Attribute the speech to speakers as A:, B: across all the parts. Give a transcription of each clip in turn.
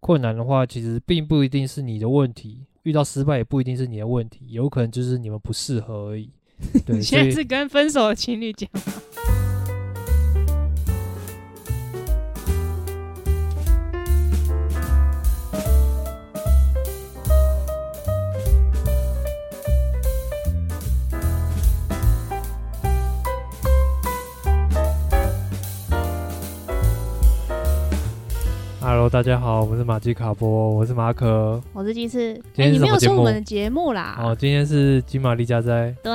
A: 困难的话，其实并不一定是你的问题，遇到失败也不一定是你的问题，有可能就是你们不适 合而已。对，
B: 你
A: 所
B: 现在
A: 以
B: 是跟分手的情侣讲，
A: Hello，大家好，我是马吉卡波，我是马可。
C: 我是鸡翅。
A: 今
C: 哎、
A: 天是
C: 你没
A: 什
C: 有
A: 么节
C: 说
A: 目
C: 我们的节目啦？
B: 啊
A: 哦，今天是金玛丽加哉。
C: 对，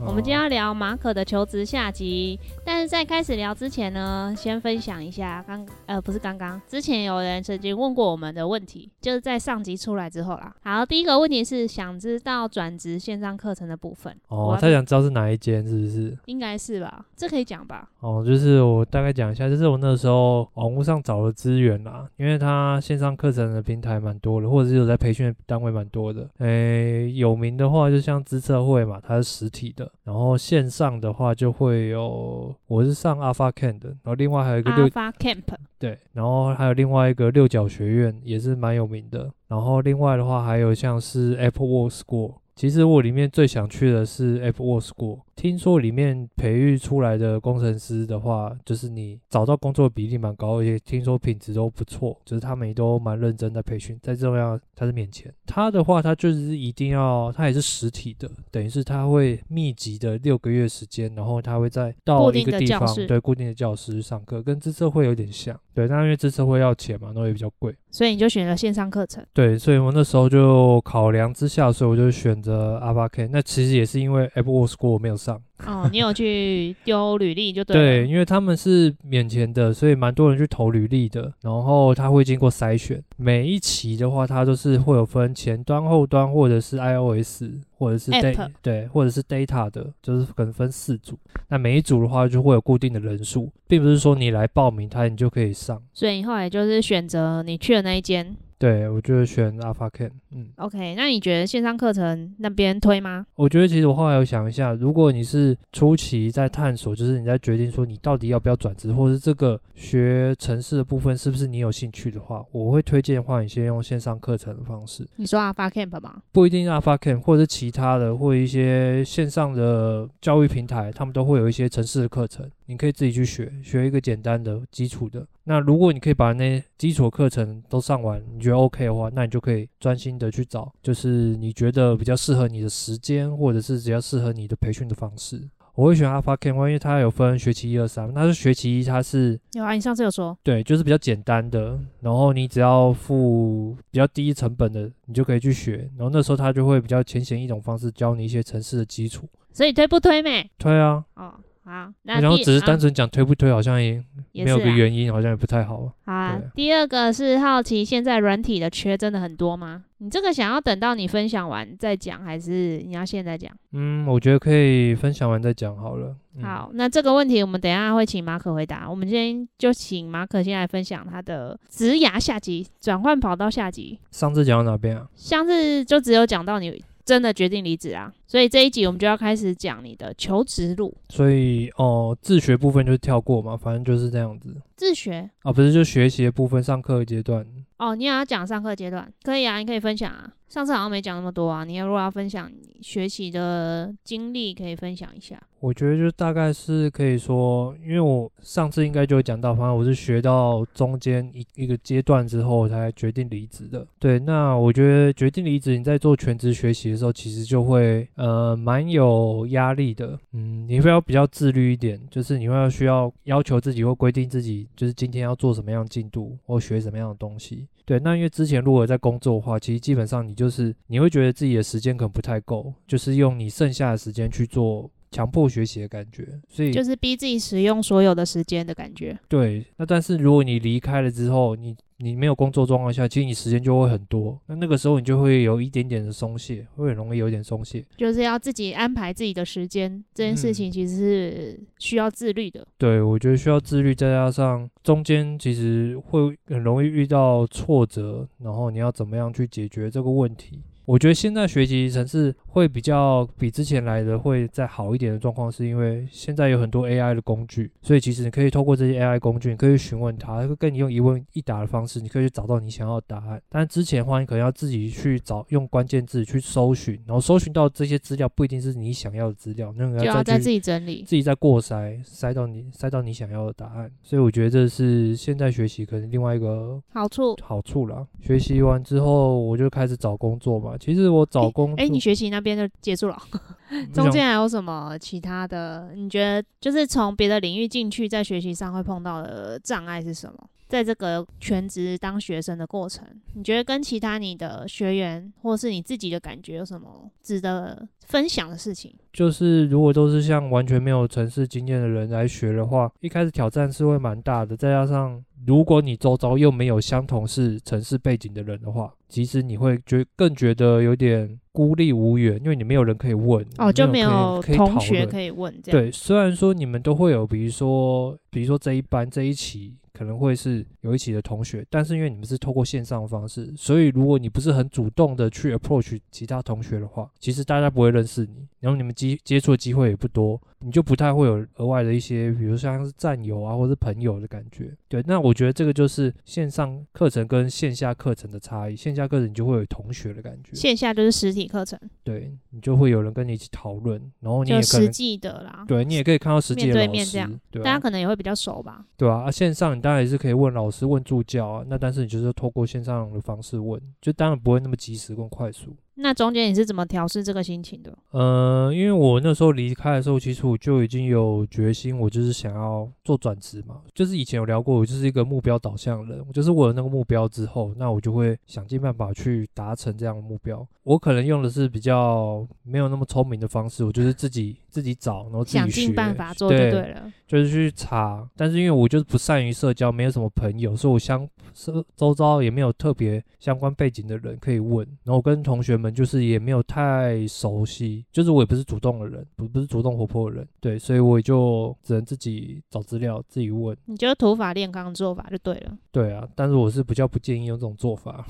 A: 哦
C: 我们今天要聊马可的求职下集。但是在开始聊之前呢，先分享一下刚呃不是刚刚，之前有人曾经问过我们的问题，就是在上集出来之后啦。好，第一个问题是想知道转职线上课程的部分，
A: 哦
C: 我，
A: 他想知道是哪一间，是不是？
C: 应该是吧？这可以讲吧？
A: 哦，就是我大概讲一下，就是我那时候网络上找的资源啦，因为它线上课程的平台蛮多的，或者是有在培训的单位蛮多的。诶，有名的话就像资策会嘛，它是实体的，然后线上的话就会有，我是上 Alpha Can 的，然后另外还有一个六
C: Alpha Camp
A: 对，然后还有另外一个六角学院也是蛮有名的，然后另外的话还有像是 Apple World School。其实我里面最想去的是 Apple World School，听说里面培育出来的工程师的话，就是你找到工作比例蛮高，而且听说品质都不错，就是他们也都蛮认真在培训。在重要它是免钱，它的话它就是一定要，它也是实体的，等于是它会密集的六个月时间，然后它会在到
C: 固
A: 一
C: 定
A: 个
C: 的
A: 地
C: 教
A: 方，
C: 室
A: 对。对固定的教室去上课，跟自测会有点像。对，那因为自测会要钱嘛，那也比较贵。
C: 所以你就选了线上课 程，
A: 对，所以我那时候就考量之下，所以我就选择阿巴 K。那其实也是因为 Apple World School 我没有上，
C: 哦，你有去丢履历就对啊了。
A: 对，因为他们是免钱的，所以蛮多人去投履历的。然后他会经过筛选，每一期的话，它都是会有分前端、后端，或者是 iOS，或者是
C: App
A: data，对，或者是 data 的，就是可能分四组。那每一组的话就会有固定的人数，并不是说你来报名它你就可以上。
C: 所以你后来就是选择你去的那一间。
A: 对，我就选 Alpha Can。嗯，
C: OK，那你觉得线上课程那边推吗？
A: 我觉得其实我后来有想一下，如果你是初期在探索，就是你在决定说你到底要不要转职，或是这个学城市的部分是不是你有兴趣的话，我会推荐的话，你先用线上课程的方式，
C: 你说 Alpha Camp 吗？
A: 不一定是 Alpha Can 或者是其他的，或一些线上的教育平台，他们都会有一些城市的课程，你可以自己去学，学一个简单的基础的。那如果你可以把那基础的课程都上完，你觉得 OK 的话，那你就可以专心的去找，就是你觉得比较适合你的时间，或者是比较适合你的培训的方式。我会选 Alpha Can，因为它有分学期一、二、三。那是学期一，它是
C: 有啊，你上次有说。
A: 对，就是比较简单的，然后你只要付比较低成本的，你就可以去学。然后那时候他就会比较浅显易懂方式教你一些城市的基础。
C: 所以推不推妹？
A: 推啊，
C: 哦，好，那
A: 然后
C: 第
A: 只是单
C: 啊
A: 纯讲推不推，好像也
C: 也
A: 没有
C: 是
A: 个
C: 啊
A: 原因，好像也不太好。
C: 好啊
A: 对。
C: 第二个是好奇，现在软体的缺真的很多吗？你这个想要等到你分享完再讲，还是你要现在讲？
A: 嗯，我觉得可以分享完再讲好了。嗯、，
C: 好，那这个问题我们等一下会请马可回答。我们今天就请马可先来分享他的职涯下集、转换跑道下集。
A: 上次讲到哪边啊？
C: 上次就只有讲到你真的决定离职啊，所以这一集我们就要开始讲你的求职路。
A: 所以哦、自学部分就是跳过嘛，反正就是这样子
C: 自学
A: 啊，不是就学习的部分，上课的阶段。
C: 哦，你也要讲上课阶段，可以啊，你可以分享啊。上次好像没讲那么多啊，你如果要分享你学习的经历，可以分享一下。
A: 我觉得就大概是可以说，因为我上次应该就有讲到，反正我是学到中间一一个阶段之后我才决定离职的。对，那我觉得决定离职，你在做全职学习的时候，其实就会呃蛮有压力的。嗯，你会要比较自律一点，就是你会要需要要求自己或规定自己，就是今天要做什么样的进度或学什么样的东西。对，那因为之前如果有在工作的话，其实基本上你就是你会觉得自己的时间可能不太够，就是用你剩下的时间去做强迫学习的感觉，所以
C: 就是逼自己使用所有的时间的感觉。
A: 对。那但是如果你离开了之后，你你没有工作状况下，其实你时间就会很多，那那个时候你就会有一点点的松懈，会很容易有点松懈。
C: 就是要自己安排自己的时间，这件事情其实是需要自律的。
A: 对，我觉得需要自律，再加上中间其实会很容易遇到挫折，然后你要怎么样去解决这个问题？我觉得现在学习层次会比较比之前来的会再好一点的状况，是因为现在有很多 AI 的工具，所以其实你可以透过这些 AI 工具，你可以去询问它，它会跟你用一问一答的方式，你可以去找到你想要的答案。但之前的话，你可能要自己去找，用关键字去搜寻，然后搜寻到这些资料不一定是你想要的资料，那个
C: 就要再
A: 再去
C: 自己整理。
A: 自己再过筛，筛到你筛到你想要的答案。所以我觉得这是现在学习可能另外一个
C: 好处，
A: 好处啦。学习完之后，我就开始找工作嘛。其实我找工作，
C: 哎、你学习那边就结束了，啊
A: 我
C: 中
A: 想
C: 间还有什么其他的？你觉得就是从别的领域进去，在学习上会碰到的障碍是什么？在这个全职当学生的过程，你觉得跟其他你的学员或是你自己的感觉有什么值得分享的事情？
A: 就是如果都是像完全没有城市经验的人来学的话，一开始挑战是会蛮大的。再加上如果你周遭又没有相同是城市背景的人的话，其实你会觉更觉得有点孤立无援，因为你没有人可以问，
C: 哦，就没
A: 人
C: 有
A: 可以可以讨
C: 同学
A: 论
C: 可以问这样。
A: 对，虽然说你们都会有，比如说，比如说这一班这一期可能会是有一起的同学，但是因为你们是透过线上的方式，所以如果你不是很主动的去 approach 其他同学的话，其实大家不会认识你，然后你们接接触的机会也不多，你就不太会有额外的一些，比如像是战友啊，或是朋友的感觉。对，那我觉得这个就是线上课程跟线下课程的差异，线下课程你就会有同学的感觉，
C: 线下就是实体课程，
A: 对你就会有人跟你一起讨论，然后你
C: 就
A: 也可
C: 实
A: 能。
C: 际的啦。
A: 对你也可以看到实际的老
C: 面对
A: 师，
C: 面这样
A: 对
C: 大
A: 啊
C: 家，可能也会比较熟吧。
A: 对啊，啊线上你当然也是可以问老师、问助教啊，那但是你就是透过线上的方式问，就当然不会那么及时跟快速。
C: 那中间你是怎么调试这个心情的？
A: 嗯，因为我那时候离开的时候，其实我就已经有决心，我就是想要做转职嘛。就是以前有聊过，我就是一个目标导向的人，我就是我有那个目标之后，那我就会想尽办法去达成这样的目标。我可能用的是比较没有那么聪明的方式，我就是自己自己找，然后自己
C: 想尽
A: 学
C: 办法做就对了。
A: 就是去查，但是因为我就是不善于社交，没有什么朋友，所以我相社周遭也没有特别相关背景的人可以问。然后我跟同学们就是也没有太熟悉，就是我也不是主动的人，不不是主动活泼的人，对，所以我也就只能自己找资料，自己问。
C: 你就土法炼钢做法就对了，
A: 对啊，但是我是比较不建议用这种做法。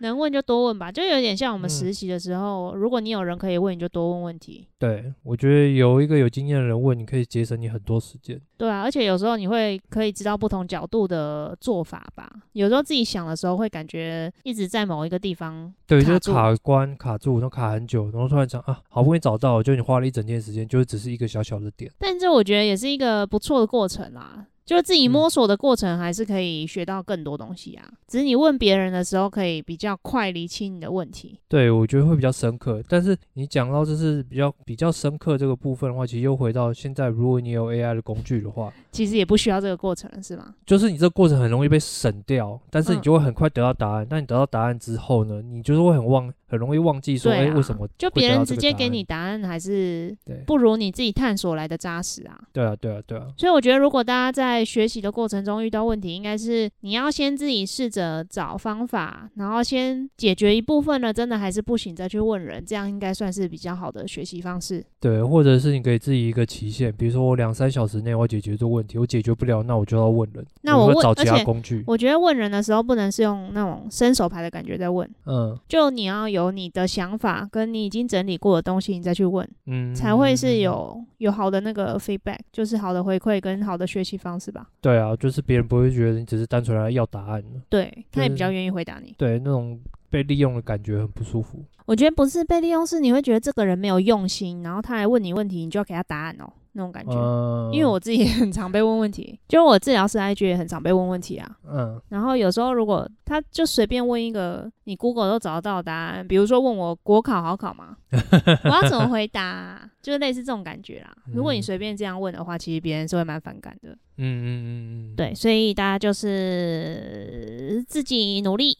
C: 能问就多问吧，就有点像我们
A: 嗯
C: 实习的时候，如果你有人可以问，你就多问问题。
A: 对我觉得有一个有经验的人问，你可以节省你很多时间。
C: 对啊，而且有时候你会可以知道不同角度的做法吧。有时候自己想的时候，会感觉一直在某一个地方
A: 对，
C: 卡
A: 就是
C: 住
A: 卡关卡住，然后卡很久，然后突然想啊，好不容易找到，就你花了一整天时间，就是只是一个小小的点。
C: 但这我觉得也是一个不错的过程啦，就是
A: 嗯
C: 自己摸索的过程，还是可以学到更多东西啊。只是你问别人的时候，可以比较快厘清你的问题。
A: 对，我觉得会比较深刻。但是你讲到就是比较比较深刻这个部分的话，其实又回到现在，如果你有 AI 的工具的话，
C: 其实也不需要这个过程了，是吗？
A: 就是你这个过程很容易被省掉，但是你
C: 嗯
A: 就会很快得到答案。那、你得到答案之后呢，你就是会很忘，很容易忘记说，哎、
C: 对啊，
A: 为什么会
C: 就别
A: 得
C: 人
A: 到这
C: 直
A: 个
C: 接
A: 答
C: 给
A: 案
C: 你答案，还是
A: 对
C: 不如你自己探索来的扎实啊。
A: 对啊，对啊，对啊，
C: 所以我觉得，如果大家在学习的过程中遇到问题，应该是你要先自己试着找方法，然后先解决一部分了，真的还是不行再去问人，这样应该算是比较好的学习方式。
A: 对，或者是你给自己一个期限，比如说我两三小时内我要解决这个问题，我解决不了，那我就要问人，
C: 那
A: 我
C: 我
A: 会
C: 问
A: 找
C: 而
A: 其他
C: 且
A: 工具，
C: 我觉得问人的时候不能是用那种伸手牌的感觉在问，
A: 嗯
C: 就你要有你的想法跟你已经整理过的东西，你再去问，
A: 嗯，
C: 才会是有有好的那个 feedback，就是好的回馈跟好的学习方式吧。
A: 对啊，就是别人不会觉得你只是单纯来要答案的，
C: 对，他也比
A: 对
C: 较愿意回答你。
A: 对，那种被利用的感觉很不舒服。
C: 我觉得不是被利用，是你会觉得这个人没有用心，然后他来问你问题，你就要给他答案哦，那种感觉。
A: 嗯，
C: 因为我自己也很常被问问题，就是我治疗师 IG 也很常被问问题啊。
A: 嗯
C: 然后有时候如果他就随便问一个你 Google 都找得到的答案，比如说问我国考好考吗？我要怎么回答啊、就是类似这种感觉啦。如果你
A: 嗯
C: 随便这样问的话，其实别人是会蛮反感的。
A: 嗯嗯嗯嗯，
C: 对，所以大家就是自己努 力。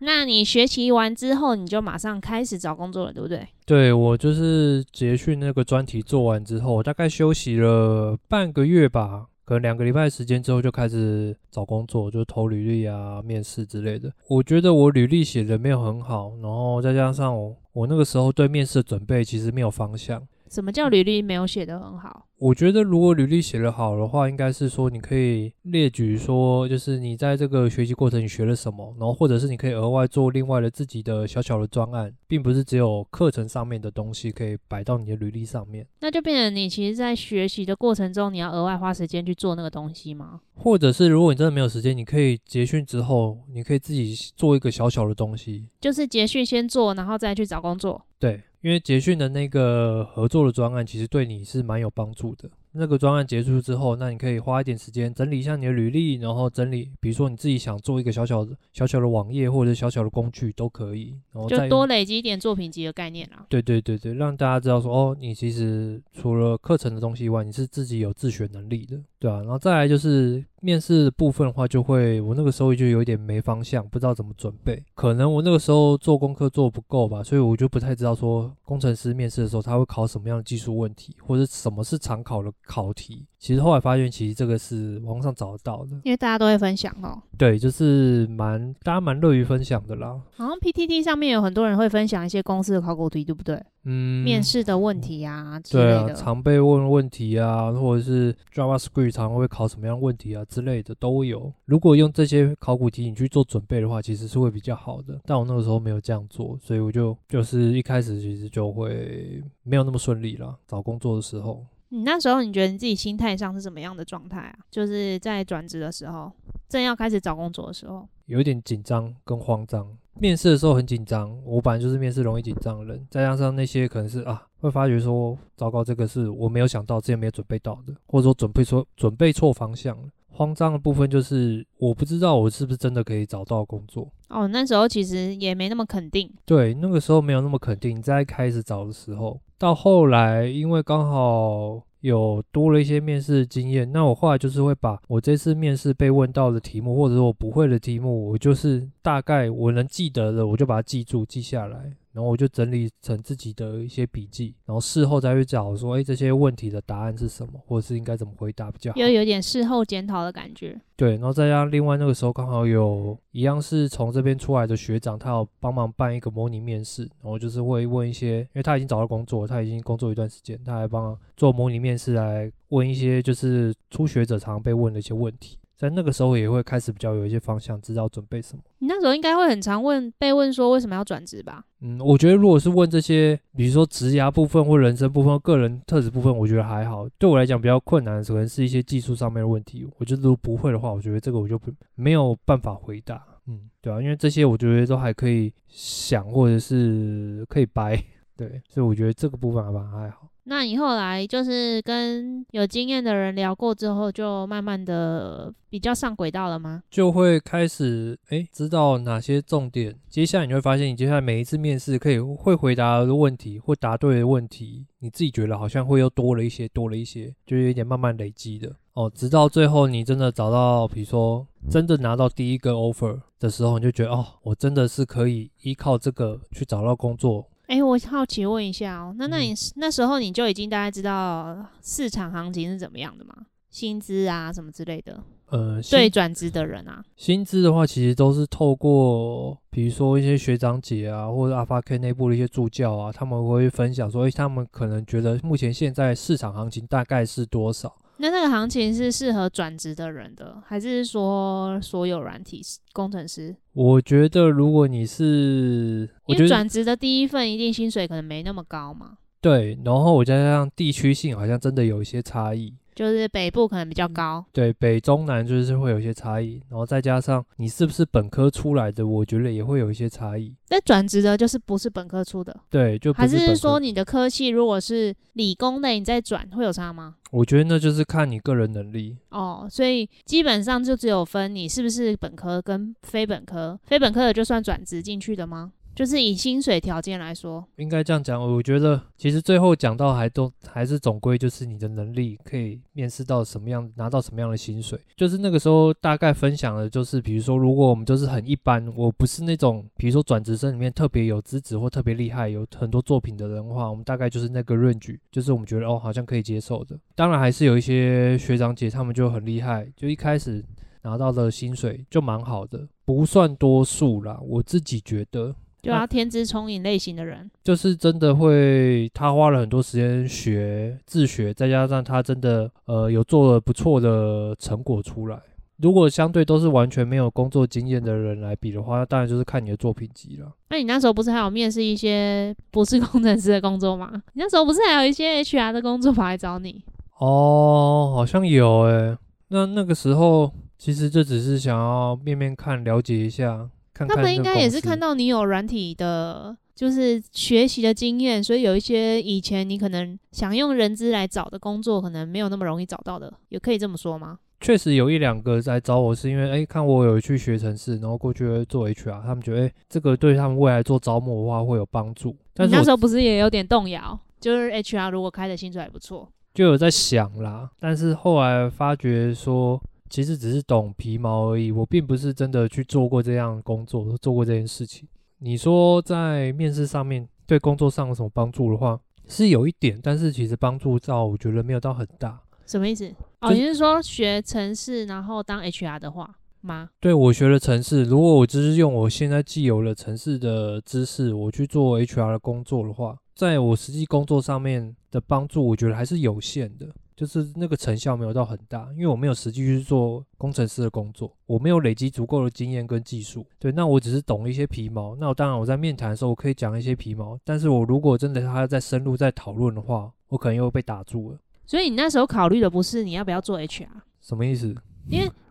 C: 那你学习完之后，你就马上开始找工作了，对不对？
A: 对我就是结训那个专题做完之后，我大概休息了半个月吧，可能两个礼拜的时间之后就开始找工作，就投履历啊、面试之类的。我觉得我履历写的没有很好，然后再加上我我那个时候对面试的准备其实没有方向。
C: 什么叫履历没有写得很好？
A: 我觉得如果履历写得好的话，应该是说你可以列举说，就是你在这个学习过程你学了什么，然后或者是你可以额外做另外的自己的小小的专案，并不是只有课程上面的东西可以摆到你的履历上面。
C: 那就变成你其实，在学习的过程中，你要额外花时间去做那个东西吗？
A: 或者是如果你真的没有时间，你可以结训之后，你可以自己做一个小小的东西。
C: 就是结训先做，然后再去找工作。
A: 对，因为结训的那个合作的专案，其实对你是蛮有帮助的。那个专案结束之后，那你可以花一点时间整理一下你的履历，然后整理，比如说你自己想做一个小小的、小小的网页或者小小的工具都可以，然后再
C: 就
A: 用
C: 多累积一点作品集的概念啦。
A: 对对对对，让大家知道说哦，你其实除了课程的东西以外，你是自己有自学能力的，对啊。然后再来就是面试的部分的话，就会我那个时候就有一点没方向，不知道怎么准备。可能我那个时候做功课做不够吧，所以我就不太知道说工程师面试的时候他会考什么样的技术问题，或者什么是常考的考题。其实后来发现，其实这个是网上找得到的，
C: 因为大家都会分享哦，
A: 对，就是蛮大家蛮乐于分享的啦。
C: 好像 PTT 上面有很多人会分享一些公司的考古题，对不对？
A: 嗯，
C: 面试的问题啊之
A: 对
C: 类
A: 啊，
C: 的。
A: 常被问问题啊，或者是 JavaScript 常会考什么样的问题啊之类的都有。如果用这些考古题你去做准备的话，其实是会比较好的。但我那个时候没有这样做，所以我就就是一开始其实就会没有那么顺利啦。找工作的时候，
C: 你那时候你觉得你自己心态上是怎么样的状态啊？就是在转职的时候，正要开始找工作的时候，
A: 有一点紧张跟慌张。面试的时候很紧张，我本来就是面试容易紧张的人，再加上那些可能是啊，会发觉说，糟糕，这个是我没有想到，之前没有准备到的，或者说准备错准备错方向了。慌张的部分就是我不知道我是不是真的可以找到工作，
C: 哦，那时候其实也没那么肯定，
A: 对，那个时候没有那么肯定，在开始找的时候，到后来因为刚好有多了一些面试经验，那我后来就是会把我这次面试被问到的题目，或者是我不会的题目，我就是大概我能记得的，我就把它记住记下来。然后我就整理成自己的一些笔记，然后事后再去找说，哎，这些问题的答案是什么，或者是应该怎么回答比较好。
C: 又有点事后检讨的感觉。
A: 对，然后再加上另外那个时候刚好有一样是从这边出来的学长，他有帮忙办一个模拟面试，然后就是会问一些，因为他已经找到工作，他已经工作一段时间，他还帮忙做模拟面试来问一些就是初学者常常被问的一些问题，在那个时候也会开始比较有一些方向，知道准备什么。
C: 你那时候应该会很常问被问说为什么要转职吧？
A: 嗯，我觉得如果是问这些，比如说职涯部分或人生部分、个人特质部分，我觉得还好。对我来讲比较困难的可能是一些技术上面的问题。我觉得如果不会的话，我觉得这个我就不没有办法回答。嗯，对啊，因为这些我觉得都还可以想，或者是可以掰。 对，所以我觉得这个部分还蛮还好。
C: 那你后来就是跟有经验的人聊过之后，就慢慢的比较上轨道了吗？
A: 就会开始哎，知道哪些重点。接下来你会发现，你接下来每一次面试可以会回答的问题或答对的问题，你自己觉得好像会又多了一些，多了一些，就有一点慢慢累积的哦。直到最后，你真的找到，比如说真的拿到第一个 offer 的时候，你就觉得哦，我真的是可以依靠这个去找到工作。
C: 哎、我好奇问一下哦，那那你、
A: 嗯
C: 是那时候你就已经大概知道市场行情是怎么样的吗？薪资啊什么之类的，
A: 呃，薪
C: 对转职的人啊，
A: 薪资的话，其实都是透过比如说一些学长姐啊，或者阿发 K 内部的一些助教啊，他们会分享说，诶他们可能觉得目前现在市场行情大概是多少。
C: 那那个行情是适合转职的人的，还是说所有软体工程师？
A: 我觉得如果你是，我
C: 因
A: 觉得
C: 为转职的第一份一定薪水可能没那么高嘛，
A: 对，然后我加上地区性好像真的有一些差异。
C: 就是北部可能比
A: 嗯
C: 较高，
A: 对北中南就是会有一些差异，然后再加上你是不是本科出来的，我觉得也会有一些差异。
C: 但转职的就是不是本科出的，
A: 对，就不
C: 还
A: 是本科
C: 是说你的科系如果是理工类，你再转会有差吗？
A: 我觉得那就是看你个人能力。
C: 哦，所以基本上就只有分你是不是本科跟非本科，非本科的就算转职进去的吗？就是以薪水条件来说，
A: 应该这样讲，我觉得其实最后讲到还都还是总归就是你的能力可以面试到什么样，拿到什么样的薪水。就是那个时候大概分享的就是，比如说如果我们就是很一般，我不是那种比如说转职生里面特别有资质或特别厉害、有很多作品的人的话，我们大概就是那个 range，就是我们觉得哦好像可以接受的。当然还是有一些学长姐他们就很厉害，就一开始拿到的薪水就蛮好的，不算多数啦，我自己觉得。
C: 就要天资聪颖类型的人。
A: 就是真的会，他花了很多时间学自学，再加上他真的呃有做了不错的成果出来。如果相对都是完全没有工作经验的人来比的话，那当然就是看你的作品集了。
C: 那你那时候不是还有面试一些不是工程师的工作吗？你那时候不是还有一些 HR 的工作跑来找你？
A: 哦，好像有诶、那那个时候其实这只是想要面面看，了解一下，看看
C: 他们应
A: 这个
C: 该也
A: 公
C: 是
A: 司
C: 看到你有软体的，就是学习的经验，所以有一些以前你可能想用人资来找的工作，可能没有那么容易找到的，也可以这么说吗？
A: 确实有一两个来找我，是因为哎、看我有去学城市，然后过去做 HR，他们觉得哎、这个对他们未来做招募的话会有帮助。但
C: 你
A: 是
C: 那
A: 我
C: 时候不是也有点动摇？就是 HR 如果开的薪水还不错，
A: 就有在想啦，但是后来发觉说，其实只是懂皮毛而已，我并不是真的去做过这样的工作，做过这件事情。你说在面试上面对工作上有什么帮助的话，是有一点，但是其实帮助到我觉得没有到很大。
C: 什么意思？哦，
A: 就是
C: 你是说学城市然后当 HR 的话吗？
A: 对我学了城市，如果我只是用我现在既有的城市的知识，我去做 HR 的工作的话，在我实际工作上面的帮助，我觉得还是有限的，就是那个成效没有到很大，因为我没有实际去做工程师的工作，我没有累积足够的经验跟技术。对，那我只是懂一些皮毛。那我当然我在面谈的时候，我可以讲一些皮毛，但是我如果真的他要再深入再讨论的话，我可能又被打住了。
C: 所以你那时候考虑的不是你要不要做 HR，
A: 什么意思？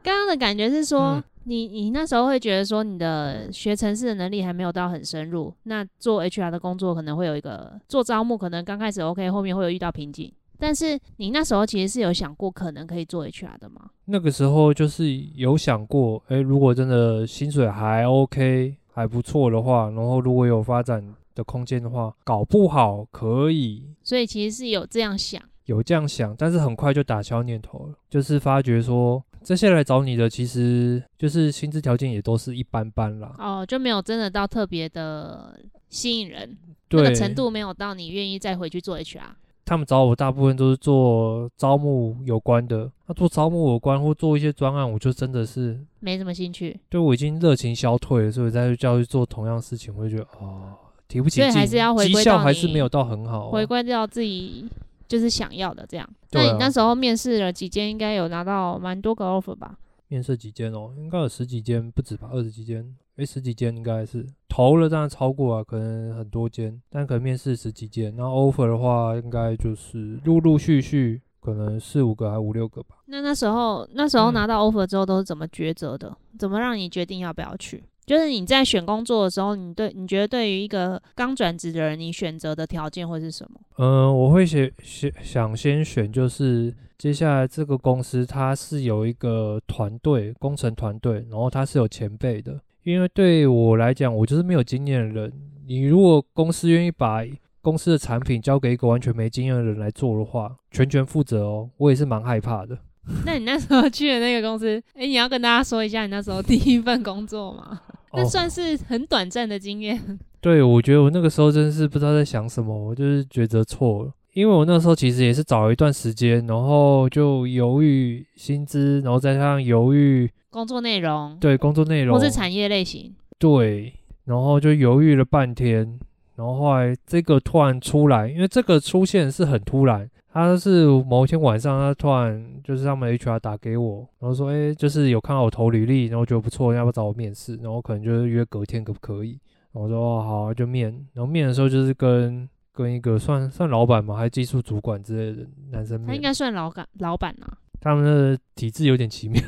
C: 刚刚的感觉是说，
A: 嗯
C: 你你那时候会觉得说你的学城市的能力还没有到很深入，那做 HR 的工作可能会有一个做招募，可能刚开始 OK，后面会有遇到瓶颈。但是你那时候其实是有想过可能可以做 HR 的吗？
A: 那个时候就是有想过，诶，如果真的薪水还 OK，还不错的话，然后如果有发展的空间的话，搞不好可以
C: 所以其实是有这样想，
A: 有这样想，但是很快就打消念头了，就是发觉说这些来找你的，其实就是薪资条件也都是一般般啦，
C: 哦，就没有真的到特别的吸引人，那
A: 对
C: 个，程度没有到你愿意再回去做 HR。
A: 他们找我大部分都是做招募有关的，那做招募有关或做一些专案，我就真的是
C: 没什么兴趣，
A: 对我已经热情消退了，所以我再去叫去做同样事情，我就觉得哦，提不起
C: 所以
A: 劲，
C: 还是要回归
A: 绩效
C: 到
A: 还是
C: 你
A: 没有到很好啊、
C: 回归到自己就是想要的这样。
A: 对
C: 那
A: 啊
C: 你那时候面试了几间，应该有拿到蛮多个 offer 吧？
A: 面试几间哦，应该有十几间，不止吧，二十几间，诶，十几间应该是投了，当然超过啊，可能很多间，但可能面试十几间，然后 offer 的话，应该就是陆陆续续可能四五个还五六个吧。
C: 那那时候那时候
A: 嗯
C: 拿到 offer 之后都是怎么抉择的？怎么让你决定要不要去？就是你在选工作的时候，你对你觉得对于一个刚转职的人，你选择的条件会是什么？
A: 嗯，我会写写想先选，就是接下来这个公司它是有一个团队，工程团队，然后它是有前辈的，因为对我来讲，我就是没有经验的人。你如果公司愿意把公司的产品交给一个完全没经验的人来做的话，全权负责哦，我也是蛮害怕的。
C: 那你那时候去的那个公司，诶、你要跟大家说一下你那时候第一份工作吗？那
A: 哦
C: 算是很短暂的经验。
A: 对，我觉得我那个时候真是不知道在想什么，我就是抉择错了。因为我那时候其实也是找了一段时间，然后就犹豫薪资，然后再加上犹豫
C: 工作内容，
A: 对哦工作内容
C: 或是产业类型，
A: 对，然后就犹豫了半天，然后后来这个突然出来，因为这个出现是很突然，他是某一天晚上，他突然就是他们 HR 打给我，然后说，哎，就是有看到我投履历，然后觉得不错，要不要找我面试？然后可能就是约隔天可不可以？然后我说哦好啊、就面，然后面的时候就是跟跟一个算算老板嘛，还是技术主管之类的男生
C: 他应
A: 面，
C: 该算老板老板啊。
A: 他们的体制有点奇妙。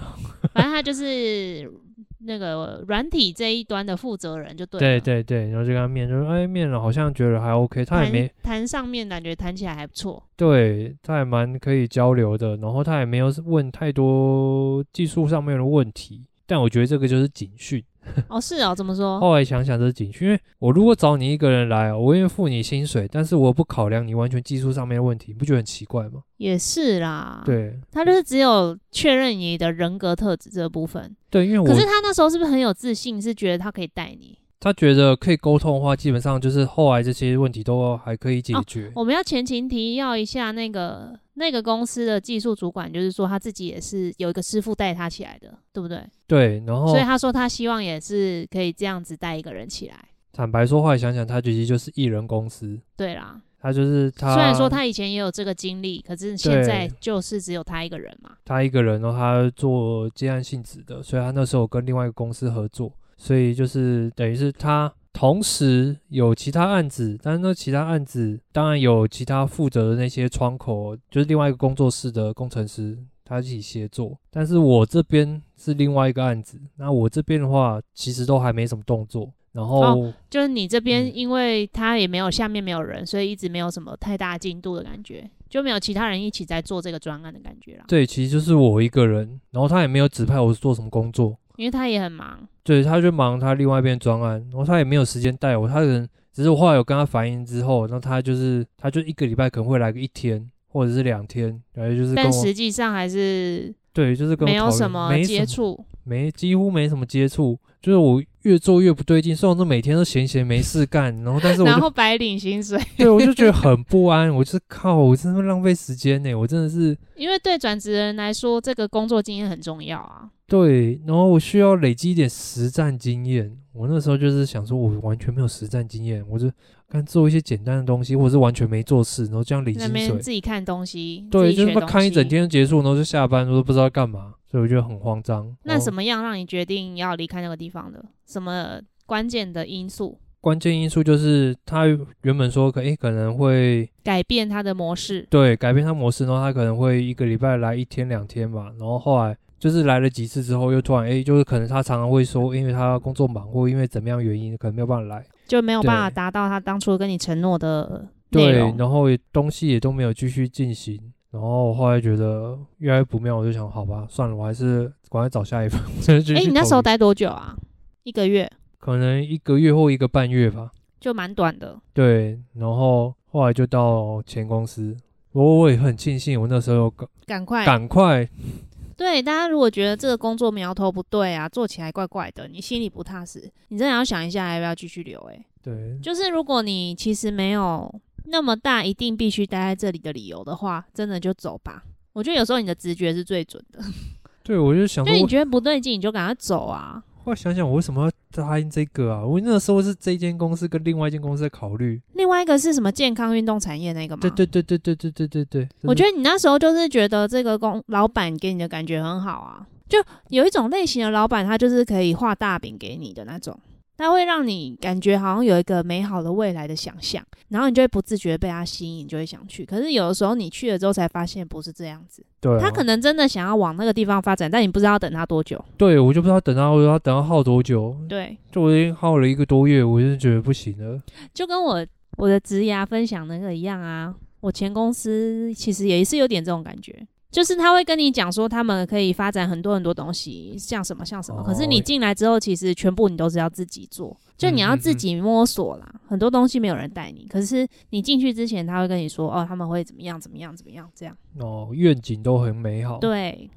C: 反正他就是 那个软体这一端的负责人就对啊
A: 对
C: 了。
A: 对对，然后就跟他面，就说哎面了，好像觉得还 OK，他也
C: 谈
A: 没
C: 谈上面感觉谈起来还不错，
A: 对，他还蛮可以交流的，然后他也没有问太多技术上面的问题，但我觉得这个就是警讯。
C: 哦是哦，怎么说？
A: 后来想想这是警讯，因为我如果找你一个人来，我愿意付你薪水，但是我不考量你完全技术上面的问题，你不觉得很奇怪吗？
C: 也是啦，，
A: 对
C: 他就是只有确认你的人格特质这部分。
A: 对，因为
C: 可是
A: 我
C: 他那时候是不是很有自信，是觉得他可以带你？
A: 他觉得可以沟通的话，基本上就是后来这些问题都还可以解
C: 哦
A: 决。
C: 我们要前情提要一下，那个那个公司的技术主管，就是说他自己也是有一个师傅带他起来的，对不对？
A: 对，然后
C: 所以他说他希望也是可以这样子带一个人起来。
A: 坦白说，后来想想，他其实就是艺人公司，
C: 对啦，
A: 他就是他。
C: 虽然说他以前也有这个经历，可是现在
A: 对
C: 就是只有他一个人嘛。
A: 他一个人，然后他做接案性质的，所以他那时候有跟另外一个公司合作，所以就是等于是他同时有其他案子，但是那其他案子当然有其他负责的那些窗口，就是另外一个工作室的工程师。他一起协作，但是我这边是另外一个案子，那我这边的话其实都还没什么动作，然后、
C: 哦就是你这边，
A: 嗯
C: 因为他也没有下面没有人，所以一直没有什么太大进度的感觉，就没有其他人一起在做这个专案的感觉啦。
A: 对，其实就是我一个人，然后他也没有指派我做什么工作，
C: 因为他也很忙，
A: 对，他就忙他另外一边专案，然后他也没有时间带我，他可能只是我后来有跟他反映之后，然后他就是他就一个礼拜可能会来个一天或者是两天，然后就是跟
C: 但
A: 我
C: 实际上还是
A: 对，就是跟我
C: 没有
A: 讨论
C: 什么
A: 没
C: 接，触。
A: 没几乎没什么接触，就是我越做越不对劲，虽然说每天都闲闲没事干，然后但是我
C: 然
A: 就
C: 后白领薪水，
A: 对我就觉得很不安，我就是靠，我真的浪费时间呢，我真的是
C: 因为对转职人来说，这个工作经验很重要啊。
A: 对，然后我需要累积一点实战经验。我那时候就是想说，我完全没有实战经验，我就干做一些简单的东西，或者是完全没做事，然后这样领
C: 那
A: 薪
C: 边
A: 水。
C: 自己看东西，
A: 对，
C: 自己
A: 就是
C: 学东西
A: 看一整。天就结束，然后就下班，我都不知道干嘛，所以我觉得很慌张。
C: 那什
A: 么
C: 么样让你决定要离开那个地方的？什么关键的因素
A: 关键因素就是他原本说可诶可能会
C: 改变他的模式？
A: 对改变他模式，然后他可能会一个礼拜来一天两天吧，然后后来。就是来了几次之后，又突然诶，就是可能他常常会说，因为他工作忙或因为怎么样原因，可能没有办法来。
C: 就没有办法
A: 对
C: 达到他当初跟你承诺的内
A: 对，
C: 容。
A: 然后也东西也都没有继续进行。然后我后来觉得越来越不妙，我就想，好吧，算了，我还是赶快找下一份。 哎、
C: 哎、你那时候待多久啊？一个月
A: 可能一个月或一个半月吧。
C: 就蛮短的。
A: 对，然后后来就到前公司，我我也很庆幸，我那时候有赶
C: 赶快，
A: 赶快
C: 对大家如果觉得这个工作苗头不对啊，做起来怪怪的，你心里不踏实，你真的要想一下要不要继续留、欸。
A: 对
C: 就是如果你其实没有那么大一定必须待在这里的理由的话，真的就走吧。我觉得有时候你的直觉是最准的，
A: 对，我就想
C: 就
A: 说，
C: 你
A: 我
C: 觉得不对劲，你就赶快走啊。
A: 后来想想，我为什么要答应这个啊？我那时候是这间公司跟另外一间公司在考虑。
C: 另外一个是什么健康运动产业那个吗？
A: 对对对对对对对对对，
C: 我觉
A: 得
C: 得你那时候就是觉得这个工老板给你的感觉很好啊，就有一种类型的老板，他就是可以画大饼给你的那种，他会让你感觉好像有一个美好的未来的想象，然后你就会不自觉被他吸引，就会想去。可是有的时候你去了之后才发现不是这样子，
A: 对啊、
C: 他可能真的想要往那个地方发展，但你不知道要等他多久。
A: 对我就不知道等到要等到耗多久，
C: 对，
A: 就我已经耗了一个多月，我就觉得不行了。
C: 就跟我我的职涯分享那个一样啊，我前公司其实也是有点这种感觉。就是他会跟你讲说，他们可以发展很多很多东西，像什么像什么。
A: 哦
C: 可是你进来之后，其实全部你都是要自己做，就你要
A: 嗯嗯
C: 自己摸索啦。很多东西没有人带你，可是你进去之前，他会跟你说，哦，他们会怎么样怎么样怎么样这样。
A: 哦，愿景都很美好，
C: 对，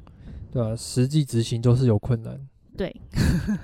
A: 对啊，实际执行都是有困难。
C: 对，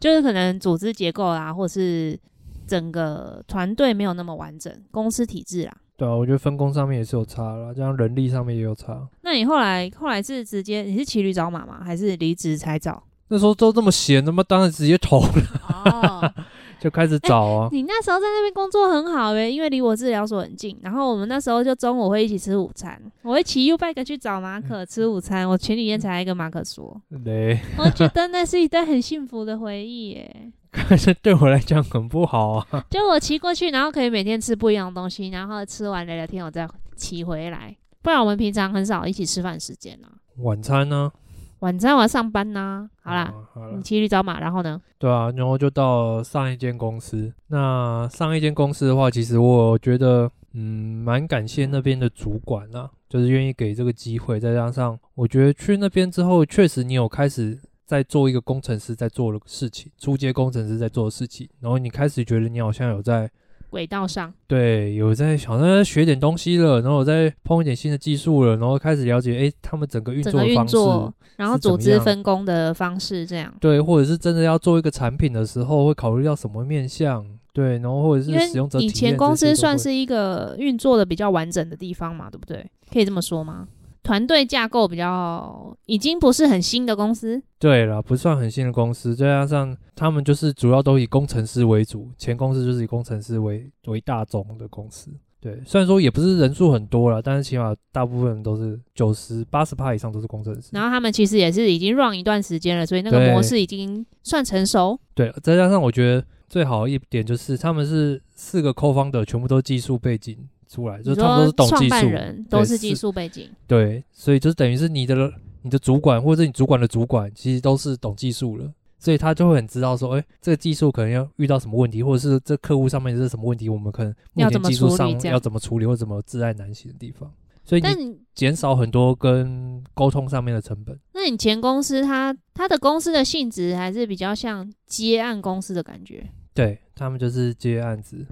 C: 就是可能组织结构啊啦，或是整个团队没有那么完整，公司体制啦。
A: 对啊，我觉得分工上面也是有差啦，这样人力上面也有差。
C: 那你后来后来是直接你是骑驴找马吗？还是离职才找？
A: 那时候都这么闲，他妈当然直接投 了，
C: 哦，
A: 就开始找啊。
C: 你那时候在那边工作很好诶、因为离我治疗所很近。然后我们那时候就中午会一起吃午餐，我会骑 U bike 去找马可吃午餐。我前几天才跟马可说，
A: 对，
C: 我觉得那是一段很幸福的回忆耶、
A: 可是对我来讲很不好啊。
C: 就我骑过去，然后可以每天吃不一样的东西，然后吃完聊聊天，我再骑回来。不然我们平常很少一起吃饭时间啦、
A: 晚餐呢？
C: 晚餐我要上班呐、好啦，
A: 啊，好啦
C: 你，骑驴找马，然后呢？
A: 对啊，然后就到上一间公司。那上一间公司的话，其实我觉得，嗯，蛮感谢那边的主管啊，就是愿意给这个机会。再加上，我觉得去那边之后，确实你有开始在做一个工程师在做的事情，初阶工程师在做的事情，然后你开始觉得你好像有在。
C: 轨道上，
A: 对，有在想在学点东西了，然后有在碰一点新的技术了，然后开始了解，哎，他们整个运
C: 整
A: 作
C: 个
A: 的
C: 运
A: 方式，
C: 作，然后
A: 是怎
C: 组
A: 么
C: 织
A: 样
C: 分工的方式这样。
A: 对，或者是真的要做一个产品的时候，会考虑到什么面向，对，然后或者
C: 因
A: 是
C: 为
A: 使用者体
C: 以
A: 验这些都会。
C: 前公司算是一个运作的比较完整的地方嘛，对不对？可以这么说吗？团队架构比较已经不是很新的公司，
A: 对了，不算很新的公司，再加上他们就是主要都以工程师为主，前公司就是以工程师为为大宗的公司。对，虽然说也不是人数很多了，但是起码大部分人都是九十八十趴以上都是工程师。
C: 然后他们其实也是已经 run 一段时间了，所以那个
A: 对
C: 模式已经算成熟。
A: 对，再加上我觉得最好一点就是他们是四个 co-founder 全部都技术背景出来，就
C: 你
A: 是他们都
C: 说
A: 是懂
C: 创
A: 技
C: 办
A: 术，
C: 人都是
A: 对
C: 技
A: 是
C: 术背景，
A: 对，所以就是等于是你的你的主管或者是你主管的主管，其实都是懂技术了，所以他就会很知道说，哎，这个技术可能要遇到什么问题，或者是这客户上面是什么问题，我们可能
C: 要
A: 目前
C: 怎么
A: 技术
C: 处理
A: 上
C: 这样
A: 要怎么处理或怎么自爱难行的地方，所以
C: 但
A: 你减少很多跟沟通上面的成本。
C: 那你前公司它它的公司的性质还是比较像接案公司的感觉，
A: 对他们就是接案子，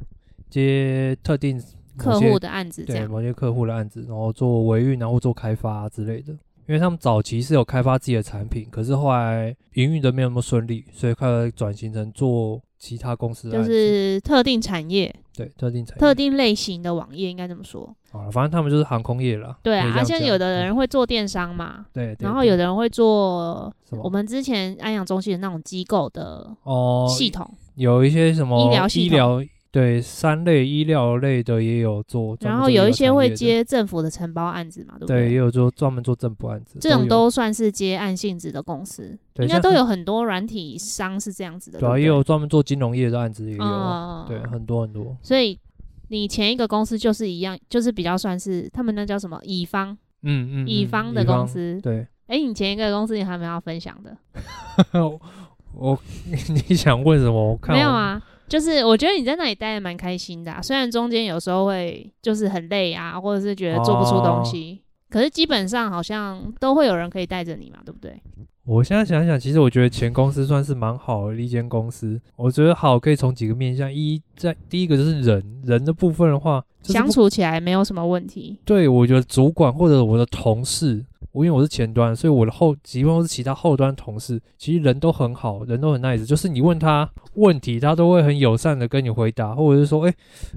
A: 接特定
C: 客
A: 某些
C: 户的案子这
A: 对
C: 样。
A: 某些客户的案子，然后做维运，然后做开发、啊之类的。因为他们早期是有开发自己的产品，可是后来营运的没有那么顺利，所以开始转型成做其他公司的
C: 就
A: 案子，
C: 是特定产业、
A: 对特定产业。
C: 特定类型的网页，应该这么说。
A: 好了，反正他们就是航空业啦。
C: 对
A: 可以
C: 啊，
A: 这
C: 而
A: 样
C: 且
A: 讲
C: 有的人会做电商嘛，
A: 对，对
C: 然后
A: 对
C: 有的人会做
A: 什么
C: 我们之前安养中心的那种机构的
A: 哦，
C: 系统，
A: 有一些什么
C: 医疗系
A: 医疗对三类医疗类的也有做，专
C: 然
A: 门做
C: 后有
A: 医
C: 一
A: 疗产
C: 些
A: 业
C: 会
A: 的
C: 接政府的承包案子嘛，对不
A: 对，
C: 对？
A: 也有做专门做政府案子，
C: 这种
A: 有
C: 都算是接案性质的公司，
A: 对
C: 应
A: 像
C: 该都有很多软体商是这样子的，
A: 主要
C: 对不
A: 也
C: 对
A: 有专门做金融业的案子也有啊，
C: 嗯
A: 对，很多很多。
C: 所以你前一个公司就是一样，就是比较算是他们那叫什么乙方
A: 嗯嗯，
C: 乙
A: 嗯
C: 方的公司。
A: 对，
C: 哎、你前一个公司你还没有要分享的？
A: 我 你想问什么？我看
C: 没有
A: 我，
C: 啊，就是我觉得你在那里待的蛮开心的啊、虽然中间有时候会就是很累啊，或者是觉得做不出东
A: 哦
C: 西，可是基本上好像都会有人可以带着你嘛，对不对？
A: 我现在想想，其实我觉得前公司算是蛮好的一间公司。我觉得好可以从几个面向，一在第一个就是人人的部分的话，就是
C: 相
A: 不
C: 处起来没有什么问题。
A: 对我觉得主管或者我的同事，我因为我是前端，所以我的后即便是其他后端同事，其实人都很好，人都很 nice，就是你问他问题，他都会很友善的跟你回答，或者是说，哎、